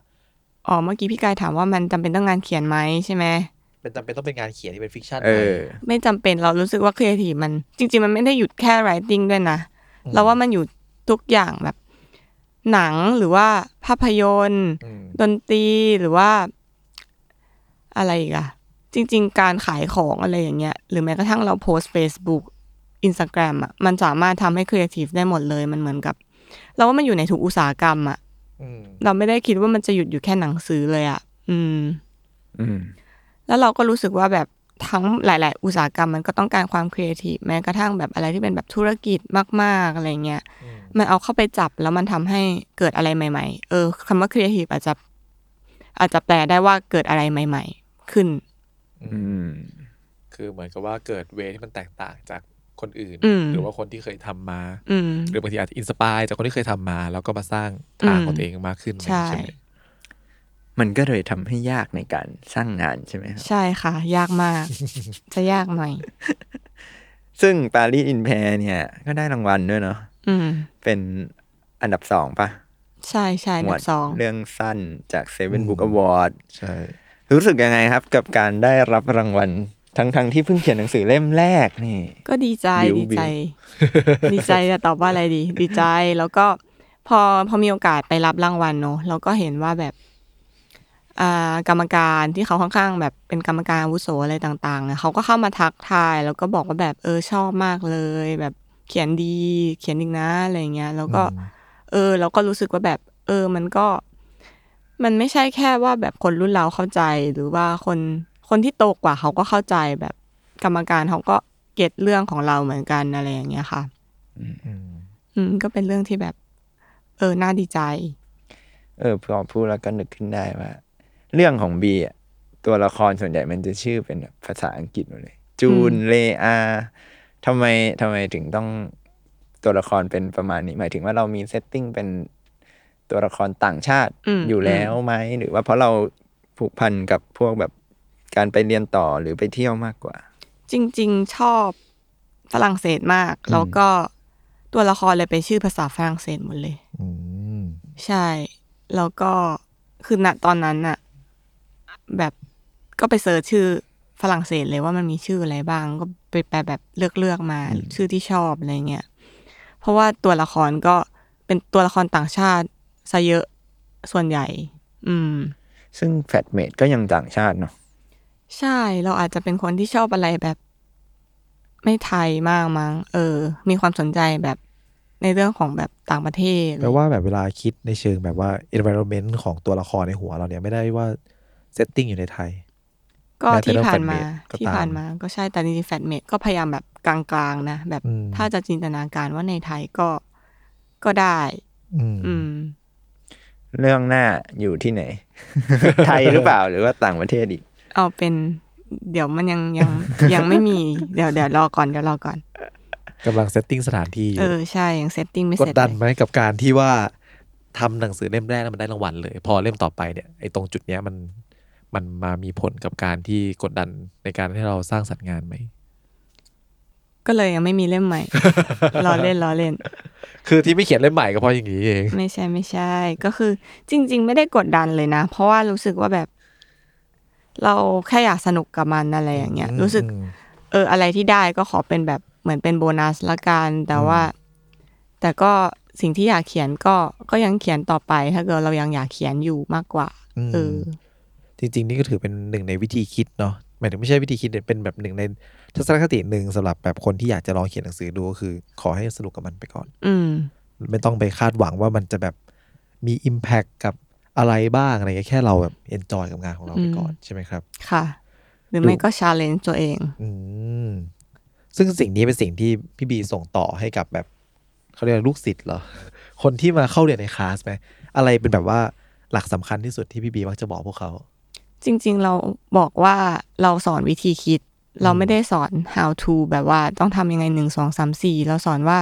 อ๋อเมื่อกี้พี่กายถามว่ามันจำเป็นต้องงานเขียนไหมใช่ไหม เป็นจำเป็นต้องเป็นงานเขียนที่เป็นฟิกชัน เออ ไม่จำเป็นเรารู้สึกว่าครีเอทีฟมัน จริง ๆ มันไม่ได้หยุดแค่ writing ด้วยนะ เราว่ามันอยู่ทุกอย่างแบบ หนังหรือว่าภาพยนตร์ อืม ดนตรีหรือว่าอะไรอีกอะจริง ๆ การขายของอะไรอย่างเงี้ย หรือแม้กระทั่งเราโพสต์ Facebook Instagram อะมันสามารถทำให้ครีเอทีฟได้หมดเลยมันเหมือนกับ เราว่ามันอยู่ในทุกอุตสาหกรรมอะ อืม เราไม่ได้คิดว่ามันจะหยุดอยู่แค่หนังสือเลยอะอืม อืม แล้วเราก็รู้สึกว่าแบบทั้งหลาย ๆ อุตสาหกรรมมันก็ต้องการความครีเอทีฟแม้กระทั่งแบบอะไรที่เป็นแบบธุรกิจมากๆอะไรเงี้ยมันเอาเข้าไปจับแล้วมันทำให้เกิดอะไรใหม่ ๆ เออคำว่าครีเอทีฟอาจจะอาจจะแปลได้ว่าเกิดอะไรใหม่ ๆ ขึ้น อืม คือเหมือนกับว่าเกิดเวที่มันแตกต่างจากคนอื่น อืม หรือว่าคนที่เคยทำมา อืม หรือบางทีอาจจะอินสปายจากคนที่เคยทำมา แล้วก็มาสร้างทางของตัวเองมากขึ้น ใช่ ไหม มันก็เลยทำให้ยากในการสร้างงานใช่ไหมครับ ใช่ค่ะ ยากมาก จะยากหน่อย ซึ่งปารีสอินแพร์เนี่ย ก็ได้รางวัลด้วยเนาะ อืม เป็นอันดับสองปะ ใช่ใช่อัน หมว ดั ด บสอง เรื่องสั้นจากเซเว่นบุ๊กอวอร์ด ใช่ รู้สึกยังไงครับ กับการได้รับรางวัล ทั้งๆทที่เพิ่งเขียนหนังสือเล่มแรกนี่ ก็ดีใจ บิ้ว ดีใจ บิ้ ดีใจจะตอบว่าอะไรดี ดีใจแล้วก็พอพอมีโอกาสไปรับรางวัลเนอะเราก็เห็นว่าแบบอ่ากรรมการที่เขาค่อนข้างแบบเป็นกรรมการอาวุโสอะไรต่างๆนะเขาก็เข้ามาทักทาย แล้วก็บอกว่าแบบเออชอบมากเลย แบบเขียนดี เขียนอีกนะอะไรอย่างเงี้ยแล้วก็ เออ เราก็รู้สึกว่าแบบ เออ มันก็ มันไม่ใช่แค่ว่าแบบคนรุ่นเราเข้าใจ หรือว่าคนคนที่โตกว่าเขาก็เข้าใจแบบกรรมการเขาก็เก็ตเรื่องของเราเหมือนกันอะไรอย่างเงี้ยค่ะ อืม อืมก็เป็นเรื่องที่แบบ เออ น่าดีใจ เออพอพูดแล้วก็นึกขึ้นได้ว่า เรื่องของบีอะตัวละครส่วนใหญ่มันจะชื่อเป็นแบบภาษาอังกฤษหมดเลย จูนเลอาทำไมทำไมถึงต้องตัวละครเป็นประมาณนี้ หมายถึงว่าเรามีเซตติ้งเป็นตัวละครต่างชาติ อืม อยู่แล้วไหม หรือว่าเพราะเรา ผูกพันกับพวกแบบการไปเรียนต่อหรือไปเที่ยวมากกว่า จริง ๆ ชอบฝรั่งเศสมาก แล้วก็ตัวละครเลยเป็นชื่อภาษาฝรั่งเศสหมดเลย อืม ใช่ แล้วก็คือณตอนนั้นน่ะ แบบก็ไปเสิร์ชชื่อฝรั่งเศสเลยว่ามันมีชื่ออะไรบ้าง ก็ไปแปลแบบเลือกเลือกๆมา ชื่อที่ชอบอะไรเงี้ยเพราะว่าตัวละครก็เป็นตัวละครต่างชาติซะเยอะส่วนใหญ่ อืม ซึ่งแฟดเมดก็ยังต่างชาติเนาะ ใช่ เราอาจจะเป็นคนที่ชอบอะไรแบบไม่ไทยมากมั้ง เออ มีความสนใจแบบในเรื่องของแบบต่างประเทศ แปลว่าแบบเวลาคิดในเชิงแบบว่า environment ของตัวละครในหัวเราเนี่ยไม่ได้ว่า setting อยู่ในไทย ก็ แม้แต่ ที่ เรื่อง ผ่าน Fat มา Mate ก็ ที่ ตาม ผ่านมาก็ใช่แต่จริงๆแฟดเมดก็พยายามแบบกลางๆนะแบบ อืม ถ้าจะจินตนาการว่าในไทยก็ก็ได้ อืม อืม เรื่องหน้าอยู่ที่ไหน ไทยหรือเปล่าหรือว่าต่างประเทศอีก เอาเป็น เดี๋ยวมันยังยัง ยังไม่มี เดี๋ยวเดี๋ยวรอก่อนเดี๋ยวรอก่อน กำลังเซตติ้งสถานที่อยู่ เออใช่ยังเซตติ้งไม่ ก เส ด ร็จ ดัน เลย ไหมกับการที่ว่าทำหนังสือเล่มแรกแล้วมันได้รางวัลเลย พอเล่มต่อไปเนี่ยไอ้ตรงจุดเนี้ยมันมันมามีผลกับการที่กดดันในการให้เราสร้างสรรค์งานไหม ก็เลยยังไม่มีเล่มใหม่ รอเล่นรอเล่น คือที่ไม่เขียนเล่มใหม่ก็เพราะอย่างนี้เอง ไม่ใช่ไม่ใช่ ก็คือจริง ๆ ไม่ได้กดดันเลยนะ เพราะว่ารู้สึกว่าแบบ เราแค่อยากสนุกกับมันอะไรอย่างเงี้ย รู้สึก เอออะไรที่ได้ก็ขอเป็นแบบเหมือนเป็นโบนัสละกันแต่ว่า แต่ก็สิ่งที่อยากเขียนก็ก็ยังเขียนต่อไป ถ้าเกิดเรายังอยากเขียนอยู่มากกว่า อืม เออ จริง ๆ นี่ก็ถือเป็นหนึ่งในวิธีคิดเนาะหมายถึงไม่ใช่วิธีคิดเนี่ยเป็นแบบหนึ่งในทัศนคติหนึ่งสำหรับแบบคนที่อยากจะลองเขียนหนังสือดูก็คือ ขอให้สนุกกับมันไปก่อน อืม ไม่ต้องไปคาดหวังว่ามันจะแบบมี Impact กับอะไรบ้างอะไรเงี้ยแค่เราแบบเอนจอยกับงานของเราไปก่อนใช่ไหมครับ ค่ะ หรือไม่ ดู ก็ชาเลนจ์ตัวเอง อืมซึ่งสิ่งนี้เป็นสิ่งที่พี่บีส่งต่อให้กับแบบเขาเรียกว่าลูกศิษย์เหรอ คนที่มาเข้าเรียนในคลาสไหมอะไรเป็นแบบว่าหลักสำคัญที่สุดที่พี่บีมักจะบอกพวกเขา จริง ๆ เราบอกว่าเราสอนวิธีคิด เราไม่ได้สอน how to แบบว่าต้องทำยังไงหนึ่งสองสามสี่เราสอนว่า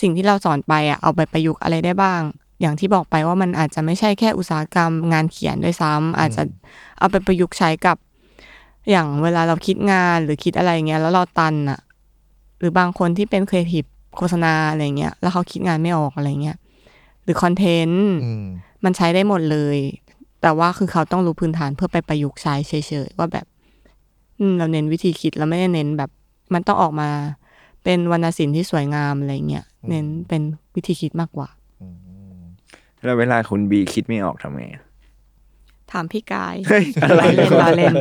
สิ่งที่เราสอนไปอ่ะเอาไปประยุกต์อะไรได้บ้าง อย่างที่บอกไปว่ามันอาจจะไม่ใช่แค่อุตสาหกรรมงานเขียนด้วยซ้ำอาจจะเอาไปประยุกต์ใช้กับ อย่างเวลาเราคิดงานหรือคิดอะไรเงี้ยแล้วเราตันอ่ะ หรือบางคนที่เป็นครีเอทีฟโฆษณาอะไรเงี้ยแล้วเขาคิดงานไม่ออกอะไรเงี้ยหรือคอนเทนต์ อืม มันใช้ได้หมดเลย แต่ว่าคือเขาต้องรู้พื้นฐานเพื่อไปประยุกต์ใช้เฉยๆว่าแบบอืมเราเน้นวิธีคิดเราไม่ได้เน้นแบบ มันต้องออกมาเป็นวรรณศิลป์ที่สวยงามอะไรเงี้ยเน้นเป็นวิธีคิดมากกว่า แล้วเวลาคุณบีคิดไม่ออกทำไงอะ ถามพี่กาย เฮ้ยอะไร เล่นล้อเล่น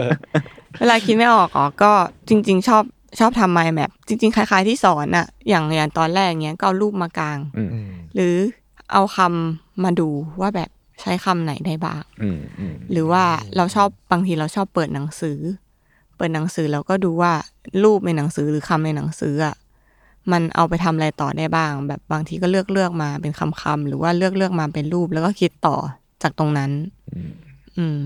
เวลาคิดไม่ออกอ๋อก็จริง ๆ ชอบชอบทำไมแมปจริง ๆ คล้าย ๆที่สอนอะอย่างอย่างตอนแรกเงี้ยก็เอารูปมากลาง อืม อืม หรือเอาคำมาดูว่าแบบใช้คำไหนได้บ้าง อืมอืม หรือว่าเราชอบบางทีเราชอบเปิดหนังสือ เปิดหนังสือเราก็ดูว่ารูปในหนังสือหรือคำในหนังสืออ่ะมันเอาไปทำอะไรต่อได้บ้าง แบบบางทีก็เลือกเลือกมาเป็นคำคำๆหรือว่าเลือกเลือกมาเป็นรูปแล้วก็คิดต่อจากตรงนั้น อืม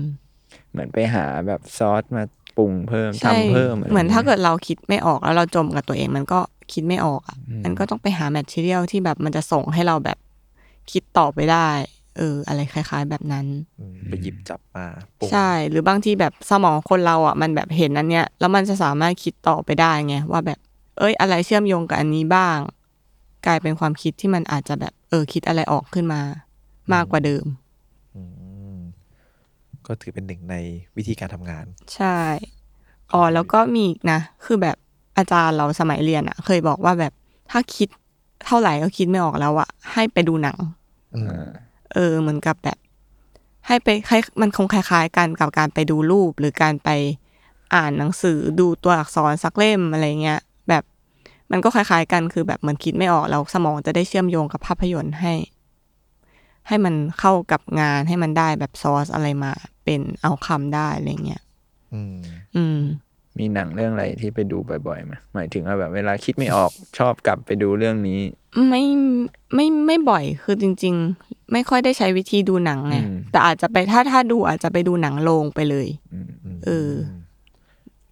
เหมือนไปหาแบบซอสมาปรุงเพิ่มทำ ใช่ เพิ่มะไร เหมือน ย่งงี้ย ถ้าเกิดเราคิดไม่ออกแล้วเราจมกับตัวเองมันก็คิดไม่ออกอ่ะมันก็ต้องไปหาแมทเทียลที่แบบมันจะส่งให้เราแบบคิดต่อไปได้ เออ อะไรคล้าย ๆ แบบนั้น ไปหยิบจับมาปรุง ใช่หรือบางทีแบบสมองคนเราอ่ะมันแบบเห็นอันเนี้ยแล้วมันจะสามารถคิดต่อไปได้ไงว่าแบบ เอ้ย อะไรเชื่อมโยงกับอันนี้บ้าง กลายเป็นความคิดที่มันอาจจะแบบเออคิดอะไรออกขึ้นมา มากกว่าเดิม อืมก็ถือเป็นหนึ่งในวิธีการทำงาน ใช่อ๋อแล้วก็มีอีกนะ คือแบบอาจารย์เราสมัยเรียนอ่ะ เคยบอกว่าแบบถ้าคิดเท่าไหร่ก็คิดไม่ออกแล้วอ่ะให้ไปดูหนัง อืม เออเหมือนกับแบบ ให้ไปให้มันคงคล้ายๆกันกับการไปดูรูปหรือการไปอ่านหนังสือดูตัวอักษรสักเล่มอะไรเงี้ยแบบมันก็คล้ายๆกันคือแบบเหมือนคิดไม่ออกแล้วสมองจะได้เชื่อมโยงกับภาพยนตร์ให้ ให้มันเข้ากับงานให้มันได้แบบซอสอะไรมา เป็นเอาคำได้อะไรเงี้ย อืม อืม มีหนังเรื่องอะไรที่ไปดูบ่อยๆไหมหมายถึงว่าแบบเวลาคิดไม่ออก ชอบกลับไปดูเรื่องนี้ ไม่ไม่ไม่บ่อยคือจริง ๆ ไม่ค่อยได้ใช้วิธีดูหนังไง อืม แต่อาจจะไปถ้าถ้าดูอาจจะไปดูหนังโรงไปเลย เออ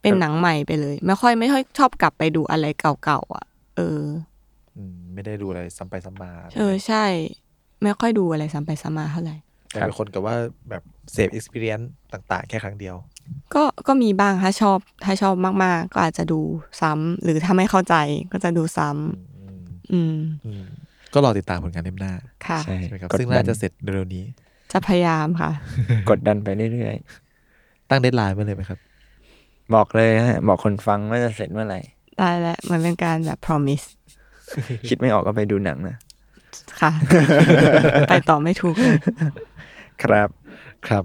เป็นหนังใหม่ไปเลย ไม่ค่อยไม่ค่อยชอบกลับไปดูอะไรเก่าๆอ่ะ เออ อืม ไม่ได้ดูอะไรซ้ำไปซ้ำมา เออใช่ ไม่ค่อยดูอะไรซ้ำไปซ้ำมาเท่าไหร่ แต่เป็นคนกับว่าแบบ เสพ experience ต่างๆ แค่ครั้งเดียว ก็ก็มีบ้างถ้าชอบถ้าชอบมาก ๆ ก็อาจจะดูซ้ำหรือถ้าไม่เข้าใจก็จะดูซ้ำอืม อืมก็รอติดตามผลงานเล่มหน้า ค่ะ ใช่ ใช่ไหมครับ กด ซึ่ง ดั น่าน จะเสร็จเร็วๆนี้ จะพยายามค่ะ กดดันไปเรื่อย ตั้งเดทไลน์ไว้เลยไหมครับ ๆ บอกเลยฮะบอกคนฟังว่าจะเสร็จเมื่อไหร่ ได้แล้วมันเป็นการแบบ promise คิดไม่ออกก็ไปดูหนังนะ ค่ะ ไปต่อไม่ถูกเลย ครับ ครับ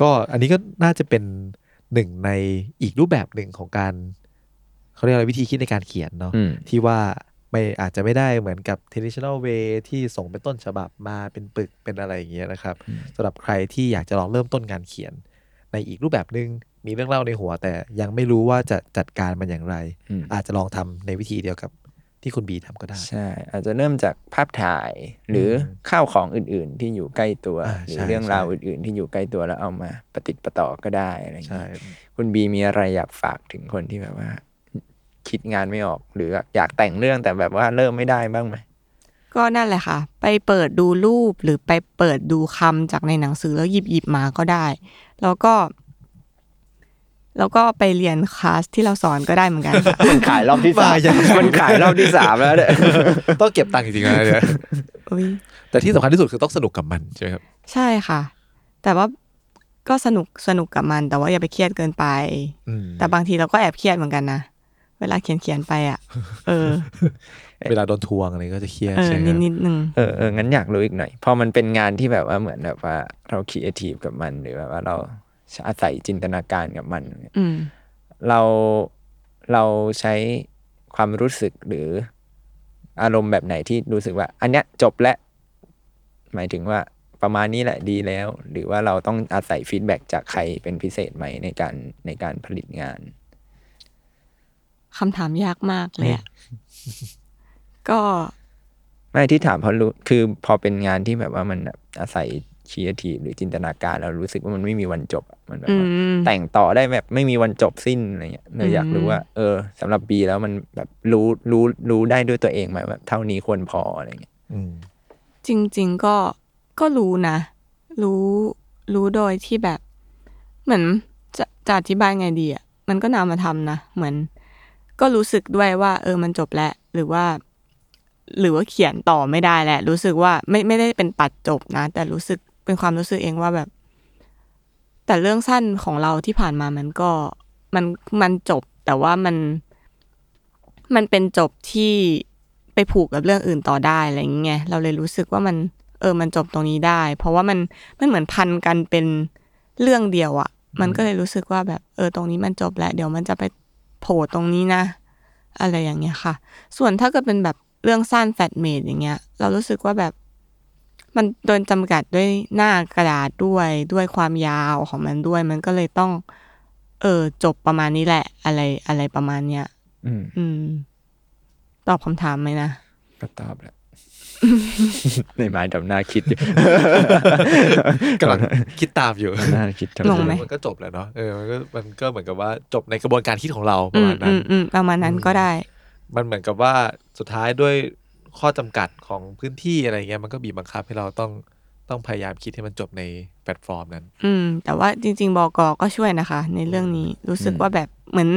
ก็อันนี้ก็น่าจะเป็นหนึ่งในอีกรูปแบบหนึ่งของการเขาเรียกอะไรวิธีคิดในการเขียนเนาะ อืม ที่ว่าไม่อาจจะไม่ได้เหมือนกับ traditional way ที่ส่งเป็นต้นฉบับมาเป็นปึกเป็นอะไรอย่างเงี้ยนะครับสำหรับใครที่อยากจะลองเริ่มต้นการเขียน ในอีกรูปแบบหนึง่งมีเรื่องเล่าในหัว แต่ยังไม่รู้ว่าจะจัดการมันอย่างไร อืม อาจจะลองทำในวิธีเดียวกับที่คุณบีทำก็ได้ ใช่ อาจจะเริ่มจากภาพถ่าย หรืออข้าวของอื่นๆ ที่อยู่ใกล้ตัว อ่า หรือ ใช่ เรื่องราว ใช่ อื่นๆ ที่อยู่ใกล้ตัวแล้วเอามาปะติดประต่อก็ได้อะไรอย่าง ใช่ เงี้ยคุณบีมีอะไรอยากฝากถึงคนที่แบบว่า คิดงานไม่ออก หรืออยากแต่งเรื่องแต่แบบว่าเริ่มไม่ได้บ้างไหม ก็นั่นแหละค่ะ ไปเปิดดูรูปหรือไปเปิดดูคำจากในหนังสือแล้วหยิบหยิบมาก็ได้ แล้วก็ แล้วก็ไปเรียนคลาสที่เราสอนก็ได้เหมือนกันค่ะ มันขายรอบที่สามมันขายรอบที่สามแล้ว เนี่ย ต้องเก็บตังค์จริงๆนะ เนี่ย อุ๊ย แต่ที่สำคัญที่สุดคือต้องสนุกกับมันใช่ไหมครับ ใช่ค่ะ แต่ว่าก็สนุกสนุกกับมัน แต่ว่าอย่าไปเครียดเกินไป อืม แต่บางทีเราก็แอบเครียดเหมือนกันนะเวลาเขียนเขียนๆไปอ่ะ เอ อ เวลาโดนทวงอะไรก็จะเครียด เออ ใช่ไหม นิดนิดนึง เออเอองั้นอยากรู้อีกหน่อย พอมันเป็นงานที่แบบว่าเหมือนแบบว่าเราคิดเอทีฟกับมัน หรือแบบว่าเราอาศัยจินตนาการกับมันเนี่ย อืม เราเราใช้ความรู้สึกหรืออารมณ์แบบไหนที่รู้สึกว่า อันเนี้ยจบแล้ว หมายถึงว่าประมาณนี้แหละดีแล้ว หรือว่าเราต้องอาศัยฟีดแบ็จากใครเป็นพิเศษไหมในการในการผลิตงาน คำถามยากมากเลยอะก็ ไม่ที่ถามเพราะรู้คือพอเป็นงานที่แบบว่ามันแบบอาศัยครีเอทีฟหรือจินตนาการเรารู้สึกว่ามันไม่มีวันจบอะมันแบบ อื ว่า ม แต่งต่อได้แบบไม่มีวันจบสิ้นอะไรเงี้ยเลยอยาก อืม รู้ว่า เออสำหรับบีแล้วมันแบบรู้รู้รู้ได้ด้วยตัวเองไหมแบบเท่านี้ควรพออะไรเงี้ย อืม จริง ๆ ก็ก็รู้นะ รู้รู้โดยที่แบบ เหมือนจะจะอธิบายไงดีอ่ะมันก็นำมาทำนะเหมือน ก็รู้สึกด้วยว่า เออมันจบแล้วหรือว่า หรือว่าเขียนต่อไม่ได้แหละ รู้สึกว่าไม่ไม่ได้เป็นปัดจบนะ แต่รู้สึกเป็นความรู้สึกเองว่าแบบ แต่เรื่องสั้นของเราที่ผ่านมามันก็มันมันจบ แต่ว่ามัน มันเป็นจบที่ไปผูกกับเรื่องอื่นต่อได้อะไรอย่างเงี้ยเราเลยรู้สึกว่ามัน เออมันจบตรงนี้ได้ เพราะว่ามันมันเหมือนพันกันเป็นเรื่องเดียวอะมันก็เลยรู้สึกว่าแบบเออตรงนี้มันจบแล้ว เดี๋ยวมันจะไปโผล่ตรงนี้นะ อะไรอย่างเงี้ยค่ะ ส่วนถ้าเกิดเป็นแบบเรื่องสั้นแฟดเมดอย่างเงี้ย เรารู้สึกว่าแบบ มันโดนจำกัดด้วยหน้ากระดาษด้วยด้วยความยาวของมันด้วย มันก็เลยต้อง เออจบประมาณนี้แหละ อะไรอะไรประมาณเนี้ย อืม อืม ตอบคำถามไหมนะ ก็ตอบ แล้ว ในหมายดำหน้าคิดอยู่ กำลังคิดตามอยู่ หน้าคิดทำ งงไห ม มันก็จบแหละเนาะเออมันก็มันก็เหมือนกับว่าจบในกระบวนการคิดของเราประมาณนั้ อื น มอืมอืมประมาณนั้นก็ได้ มันเหมือนกับว่าสุดท้ายด้วยข้อจำกัดของพื้นที่อะไรเงี้ยมันก็บีบบังคับให้เราต้องต้องพยายามคิดให้มันจบในแพลตฟอร์มนั้น อืม แต่ว่าจริง ๆ บกก็ช่วยนะคะ ในเรื่องนี้รู้สึกว่าแบบเหมือน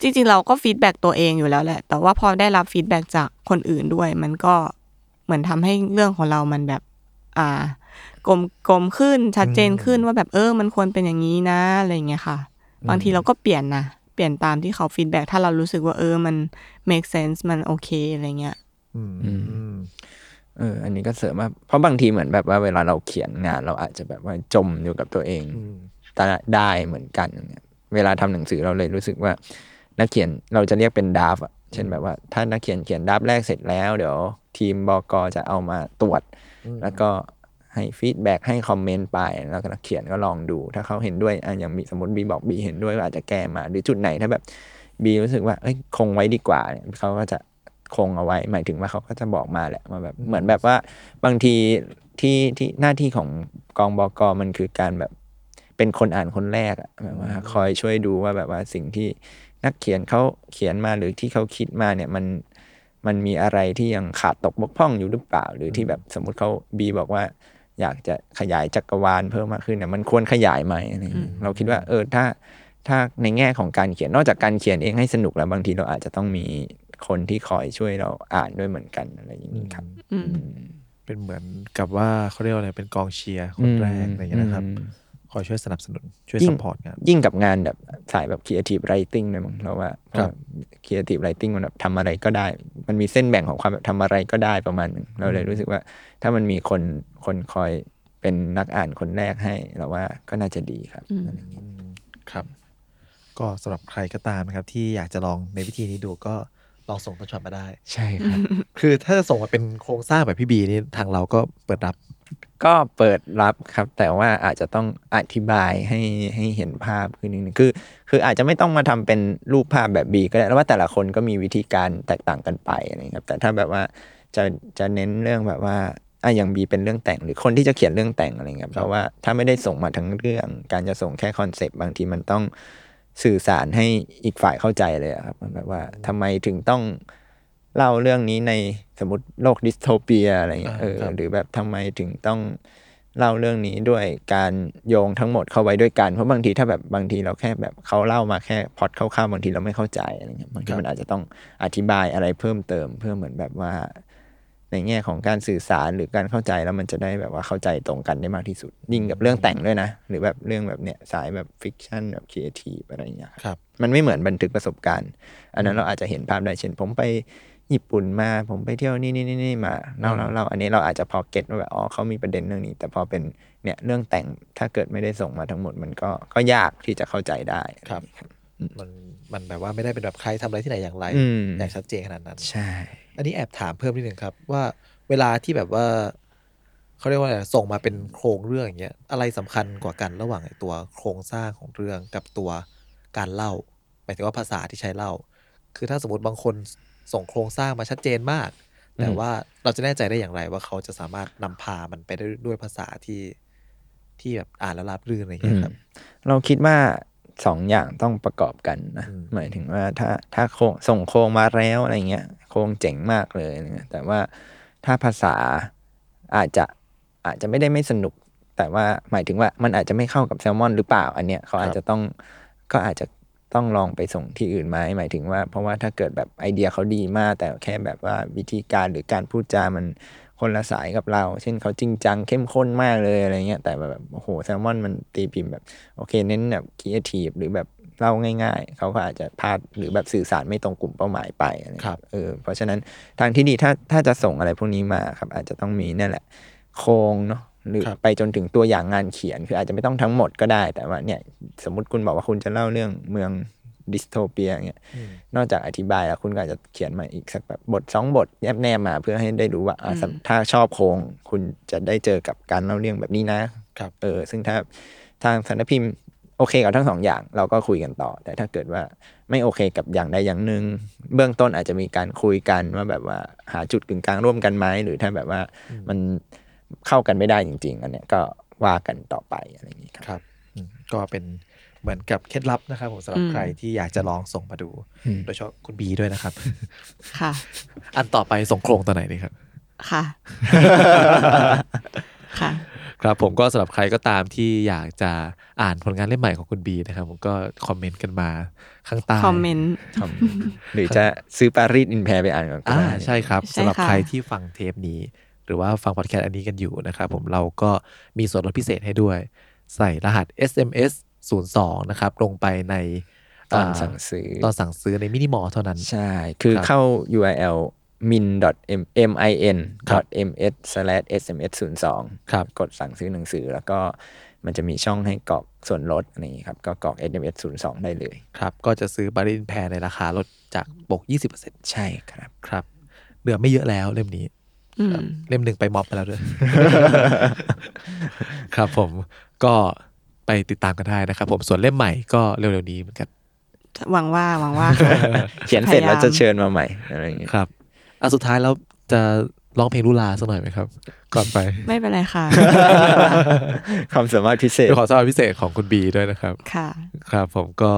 จริง ๆ เราก็ฟีดแบ็กตัวเองอยู่แล้วแหละ แต่ว่าพอได้รับฟีดแบ็กจากคนอื่นด้วย มันก็เหมือนทำให้เรื่องของเรามันแบบ อ่ากลมกลมขึ้นชัดเจนขึ้นว่าแบบเออ มันควรเป็นอย่างนี้นะอะไรอย่างเงี้ยค่ะ บางทีเราก็เปลี่ยนนะเปลี่ยนตามที่เขาฟีดแบ็กถ้าเรารู้สึกว่าเออมัน make sense มันโอเคอะไรเงี้ย อืมอืม เอออันนี้ก็เสริมว่าเพราะบางทีเหมือนแบบว่าเวลาเราเขียนงาน เราอาจจะแบบว่าจมอยู่กับตัวเอง อืม ได้ได้เหมือนกันเนี่ยเวลาทำหนังสือเราเลยรู้สึกว่า นักเขียนเราจะเรียกเป็นดราฟต์อะเช่นแบบว่า ถ้านักเขียนเขียนดราฟต์แรกเสร็จแล้ว เดี๋ยว ทีมบกจะเอามาตรวจ แล้วก็ให้ฟีดแบ็กให้คอมเมนต์ไป แล้วก็นักเขียนก็ลองดู ถ้าเขาเห็นด้วยอ่ะอย่างมีสมมติบีบอกบีเห็นด้วยก็อาจจะแก้มา หรือจุดไหนถ้าแบบบีรู้สึกว่าเอ้ยคงไว้ดีกว่าเนี่ยเขาก็จะคงเอาไว้ หมายถึงว่าเขาก็จะบอกมาแหละมาแบบเหมือนแบบว่า บางทีที่ที่หน้าที่ของกองบกมันคือการแบบ เป็นคนอ่านคนแรกอะแบบว่าคอยช่วยดูว่าแบบว่าสิ่งที่นักเขียนเขาเขียนมาหรือที่เขาคิดมาเนี่ยมันมันมีอะไรที่ยังขาดตกบกพร่องอยู่หรือเปล่า หรือที่แบบสมมุติเขาบีบอกว่า อยากจะขยายจักรวาลเพิ่มมากขึ้นเนี่ยมันควรขยายไหมอะไรอย่างเงี้ยเราคิดว่าเออถ้าถ้าในแง่ของการเขียนนอกจากการเขียนเองให้สนุกแล้วบางทีเราอาจจะต้องมีคนที่คอยช่วยเราอ่านด้วยเหมือนกันอะไรอย่างนี้ครับ อืม อืม เป็นเหมือนกับว่าเขาเรียกว่าอะไรเป็นกองเชียร์คนแรกอะไรอย่างเงี้ยนะครับ อืม คอยช่วยสนับสนุนช่วย ยิ่ ส ง ปอร์ตงาน ยิ่งกับงานแบบสายแบบ creative writing เลยมั้งเราว่า ครับ creative writing มันแบบทำอะไรก็ได้ มันมีเส้นแบ่งของความแบบทำอะไรก็ได้ประมาณหนึงเราเลยรู้สึกว่า ถ้ามันมีคนคนคอยเป็นนักอ่านคนแรกให้เราว่าก็น่าจะดีครับ ครับ ก็สำหรับใครก็ตามนะครับ ที่อยากจะลองในวิธีนี้ดูก็ลองส่งต้นฉบับมาได้ ใช่ครับ คือถ้าจะส่งมาเป็นโครงสร้างแบบพี่บีนี่ทางเราก็เปิดรับ ก็เปิดรับครับ แต่ว่าอาจจะต้องอธิบายให้ให้เห็นภาพขึ้นนิดนึงคือ คืออาจจะไม่ต้องมาทำเป็นรูปภาพแบบบีก็ได้แล้วว่าแต่ละคนก็มีวิธีการแตกต่างกันไปอะไรอย่างเงี้ยครับแต่ถ้าแบบว่าจะจะเน้นเรื่องแบบว่าอ่ะอย่างบีเป็นเรื่องแต่งหรือคนที่จะเขียนเรื่องแต่งอะไรเงี้ยครับเพราะว่าถ้าไม่ได้ส่งมาทั้งเรื่อง การจะส่งแค่คอนเซปต์บางทีมันต้องสื่อสารให้อีกฝ่ายเข้าใจเลยอะครับมันแบบว่าทำไมถึงต้องเล่าเรื่องนี้ในสมมติโลกดิสโทเปียอะไรเงี้ย อ่า เออ ครับ หรือแบบทำไมถึงต้อง เล่าเรื่องนี้ด้วยการโยงทั้งหมดเข้าไว้ด้วยกัน เพราะบางทีถ้าแบบบางทีเราแค่แบบเขาเล่ามาแค่พล็อดคร่าวๆบางทีเราไม่เข้าใจอะไรเงี้ยบางที ครับ มันอาจจะต้องอธิบายอะไรเพิ่มเติม เพื่อเหมือนแบบว่า ในแง่ของการสื่อสารหรือการเข้าใจแล้วมันจะได้แบบว่าเข้าใจตรงกันได้มากที่สุด ยิ่งกับเรื่องแต่งด้วยนะ หรือแบบเรื่องแบบเนี้ยสายแบบฟิกชันแบบครีเอทีฟอะไรอย่างเงี้ย ครับ มันไม่เหมือนบันทึกประสบการณ์ อันนั้นเราอาจจะเห็นภาพได้ เช่น ผมไปญี่ปุ่นมา ผมไปเที่ยวนี่นี่นี่นี่มาเล่าเล่าเล่าอันนี้เราอาจจะพอเก็ตว่าแบบ อ๋อเขามีประเด็นเรื่องนี้ แต่พอเป็นเนี่ยเรื่องแต่ง ถ้าเกิดไม่ได้ส่งมาทั้งหมด มันก็ก็ยากที่จะเข้าใจได้ ครับ มันมันแบบว่าไม่ได้เป็นแบบใครทำอะไรที่ไหนอย่างไร อืม อย่างชัดเจนขนาดนั้น ใช่ อันนี้แอบถามเพิ่มนิดหนึ่งครับ ว่าเวลาที่แบบว่าเขาเรียกว่าอะไรส่งมาเป็นโครงเรื่องอย่างเงี้ยอะไรสำคัญกว่ากันระหว่างไอ้ตัวโครงสร้างของเรื่องกับตัวการเล่าหมายถึงว่าภาษาที่ใช้เล่า คือถ้าสมมติบางคนส่งโครงสร้างมาชัดเจนมาก แต่ อืม ว่าเราจะแน่ใจได้อย่างไรว่าเขาจะสามารถนำพามันไปได้ด้วยภาษาที่ที่แบบอ่านแล้วราบรื่นอะไรอย่างเงี้ยครับ เราคิดว่าสองอย่างต้องประกอบกันนะ อืม หมายถึงว่าถ้าถ้าโครงส่งโครงมาแล้วอะไรเงี้ยโครงเจ๋งมากเลยอะไรเงี้ยแต่ว่าถ้าภาษาอาจจะอาจจะไม่ได้ไม่สนุก แต่ว่าหมายถึงว่ามันอาจจะไม่เข้ากับแซลมอนหรือเปล่าอันเนี้ยเขาอาจจะต้องก็อาจจะต้องลองไปส่งที่อื่นไหมหมายถึงว่า เพราะว่าถ้าเกิดแบบไอเดียเขาดีมาก แต่แค่แบบว่าวิธีการหรือการพูดจามัน คนละสายกับเรา เช่นเขาจริงจังเข้มข้นมากเลยอะไรเงี้ย แต่แบบโอ้โหแซลมอนมันตีพิมพ์แบบ โอเค เน้นแบบค r e เอทีฟหรือแบบเล่าง่าย ๆ เขาก็อาจจะพลาดหรือแบบสื่อสารไม่ตรงกลุ่มเป้าหมายไปอะไเงี้ย ครับ เออเพราะฉะนั้นทางที่ดีถ้าถ้าจะส่งอะไรพวกนี้มาครับ อาจจะต้องมีนั่นแหละ โครงเนาะหรือ ครับ ไปจนถึงตัวอย่างงานเขียน คืออาจจะไม่ต้องทั้งหมดก็ได้ แต่ว่าเนี่ยสมมติคุณบอกว่าคุณจะเล่าเรื่องเมืองดิสโทเปียเนี่ย อืม นอกจากอธิบายแล้วคุณก็อาจจะเขียนมาอีกสักแบบบทสองบทแยบแนมมาเพื่อให้ได้รู้ว่าอ่ะ อืม สำถ้าชอบโครงคุณจะได้เจอกับการเล่าเรื่องแบบนี้นะ ครับ เออซึ่งถ้าทางสำนักพิมพ์โอเคกับทั้งสองอย่างเราก็คุยกันต่อ แต่ถ้าเกิดว่าไม่โอเคกับอย่างใดอย่างหนึ่งเบื้องต้นอาจจะมีการคุยกันว่าแบบว่าหาจุดกึ่งกลางร่วมกันไหมหรือถ้าแบบว่ามันเข้ากันไม่ได้จริง ๆ อันเนี้ยก็ว่ากันต่อไปอะไรอย่างนี้ครับ ครับอืมก็เป็นเหมือนกับเคล็ดลับนะครับผมสำหรับ อืม ใครที่อยากจะลองส่งมาดู อืม โดยเฉพาะคุณบีด้วยนะครับ ค่ะ อันต่อไปส่งโครงตัวไหนดีครับ ค่ะ ค่ะ ครับผมก็สำหรับใครก็ตามที่อยากจะอ่านผลงานเล่มใหม่ของคุณบีนะครับ ผมก็คอมเมนต์กันมาข้างใต้ คอมเมนต์ ครับหรือจะซื้อปารีสอินแพรไปอ่านก่อนก็ อ่า ได้ ใช่ครับ ใช่ สำหรับ ค่ะ ใครที่ฟังเทปนี้ หรือว่าฟังพอดแคสต์อันนี้กันอยู่นะครับผมเราก็มีส่วนลดพิเศษให้ด้วย ใส่รหัส SMS 02นะครับลงไปใน ตอน เ สั่งซื้อ ตอนสั่งซื้อในมินิมอลเท่านั้น ใช่ คือ ครับ เข้า URL min m m i n ms slash sms 0 2 ครับ กดสั่งซื้อหนังสือ แล้วก็มันจะมีช่องให้กรอกส่วนลดอะไรอย่างนี้ครับ ก็กรอก sms 0 2ได้เลย ครับ ก็จะซื้อบารินแพรในราคาลดจากปก 20% ใช่ครับ ครับ เหลือไม่เยอะแล้วเล่มนี้ อื ครับ ม เล่มหนึ่งไปม็อบไปแล้ว ด้วย ครับผมก็ไปติดตามกันได้นะครับผมส่วนเล่มใหม่ก็เร็วๆนี้เหมือนกัน หวังว่าหวังว่าค่ะ เขียนเสร็จแล้ว พยายาม จะเชิญมาใหม่อะไร อย่างนี้ ครับอ่ะสุดท้ายแล้วจะร้องเพลงลูลาสักหน่อยไหมครับ ก่อนไป ไม่เป็นไรค่ะ ความสามารถพิเศษ เป็นขอสำหรับพิเศษของคุณบีด้วยนะครับ ค่ะ ครับผมก็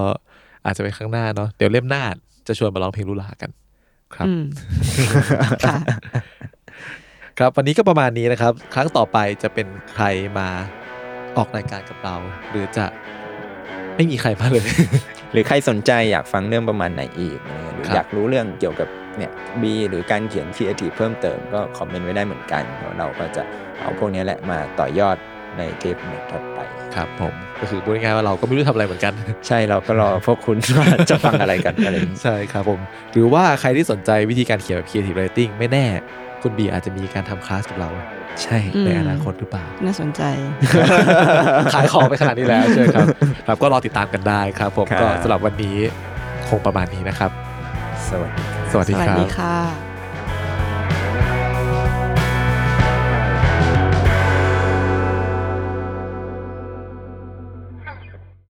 อาจจะไปข้างหน้าเนาะเดี๋ยวเล่มหน้าจะชวนมาร้องเพลงลูลากัน ครับ อืม ค่ะ ครับวันนี้ก็ประมาณนี้นะครับ ครั้งต่อไปจะเป็นใครมาออกรายการกับเรา หรือจะไม่มีใครมาเลย หรือใครสนใจอยากฟังเรื่องประมาณไหนอีกอะไรเงี้ยหรือ ครับ อยากรู้เรื่องเกี่ยวกับเนี่ยบีหรือการเขียนครีเอทีฟเพิ่มเติมก็คอมเมนต์ไว้ได้เหมือนกันแล้วเราก็จะเอาพวกเนี้ยแหละมาต่อยอดในเทปถัดไป ครับผมก็คือพูดง่ายๆว่าเราก็ไม่รู้ทำอะไรเหมือนกัน ใช่เราก็รอพวกคุณ ว่าจะฟังอะไรกันอะไรอย่างงี้ ใช่ครับผม หรือว่าใครที่สนใจวิธีการเขียนแบบ Creative Writing ไม่แน่ คุณบีอาจจะมีการทำคลาสกับเรา ใช่ อืม ในอนาคตหรือเปล่า น่าสนใจ ขายของไปขนาดนี้แล้ว ใช่ครับ ครับก็รอติดตามกันได้ครับผมก็สำหรับวันนี้คงประมาณนี้นะครับ สวัสดี สวัส ส ดี วั ค ส รั ดี บ ค่ะ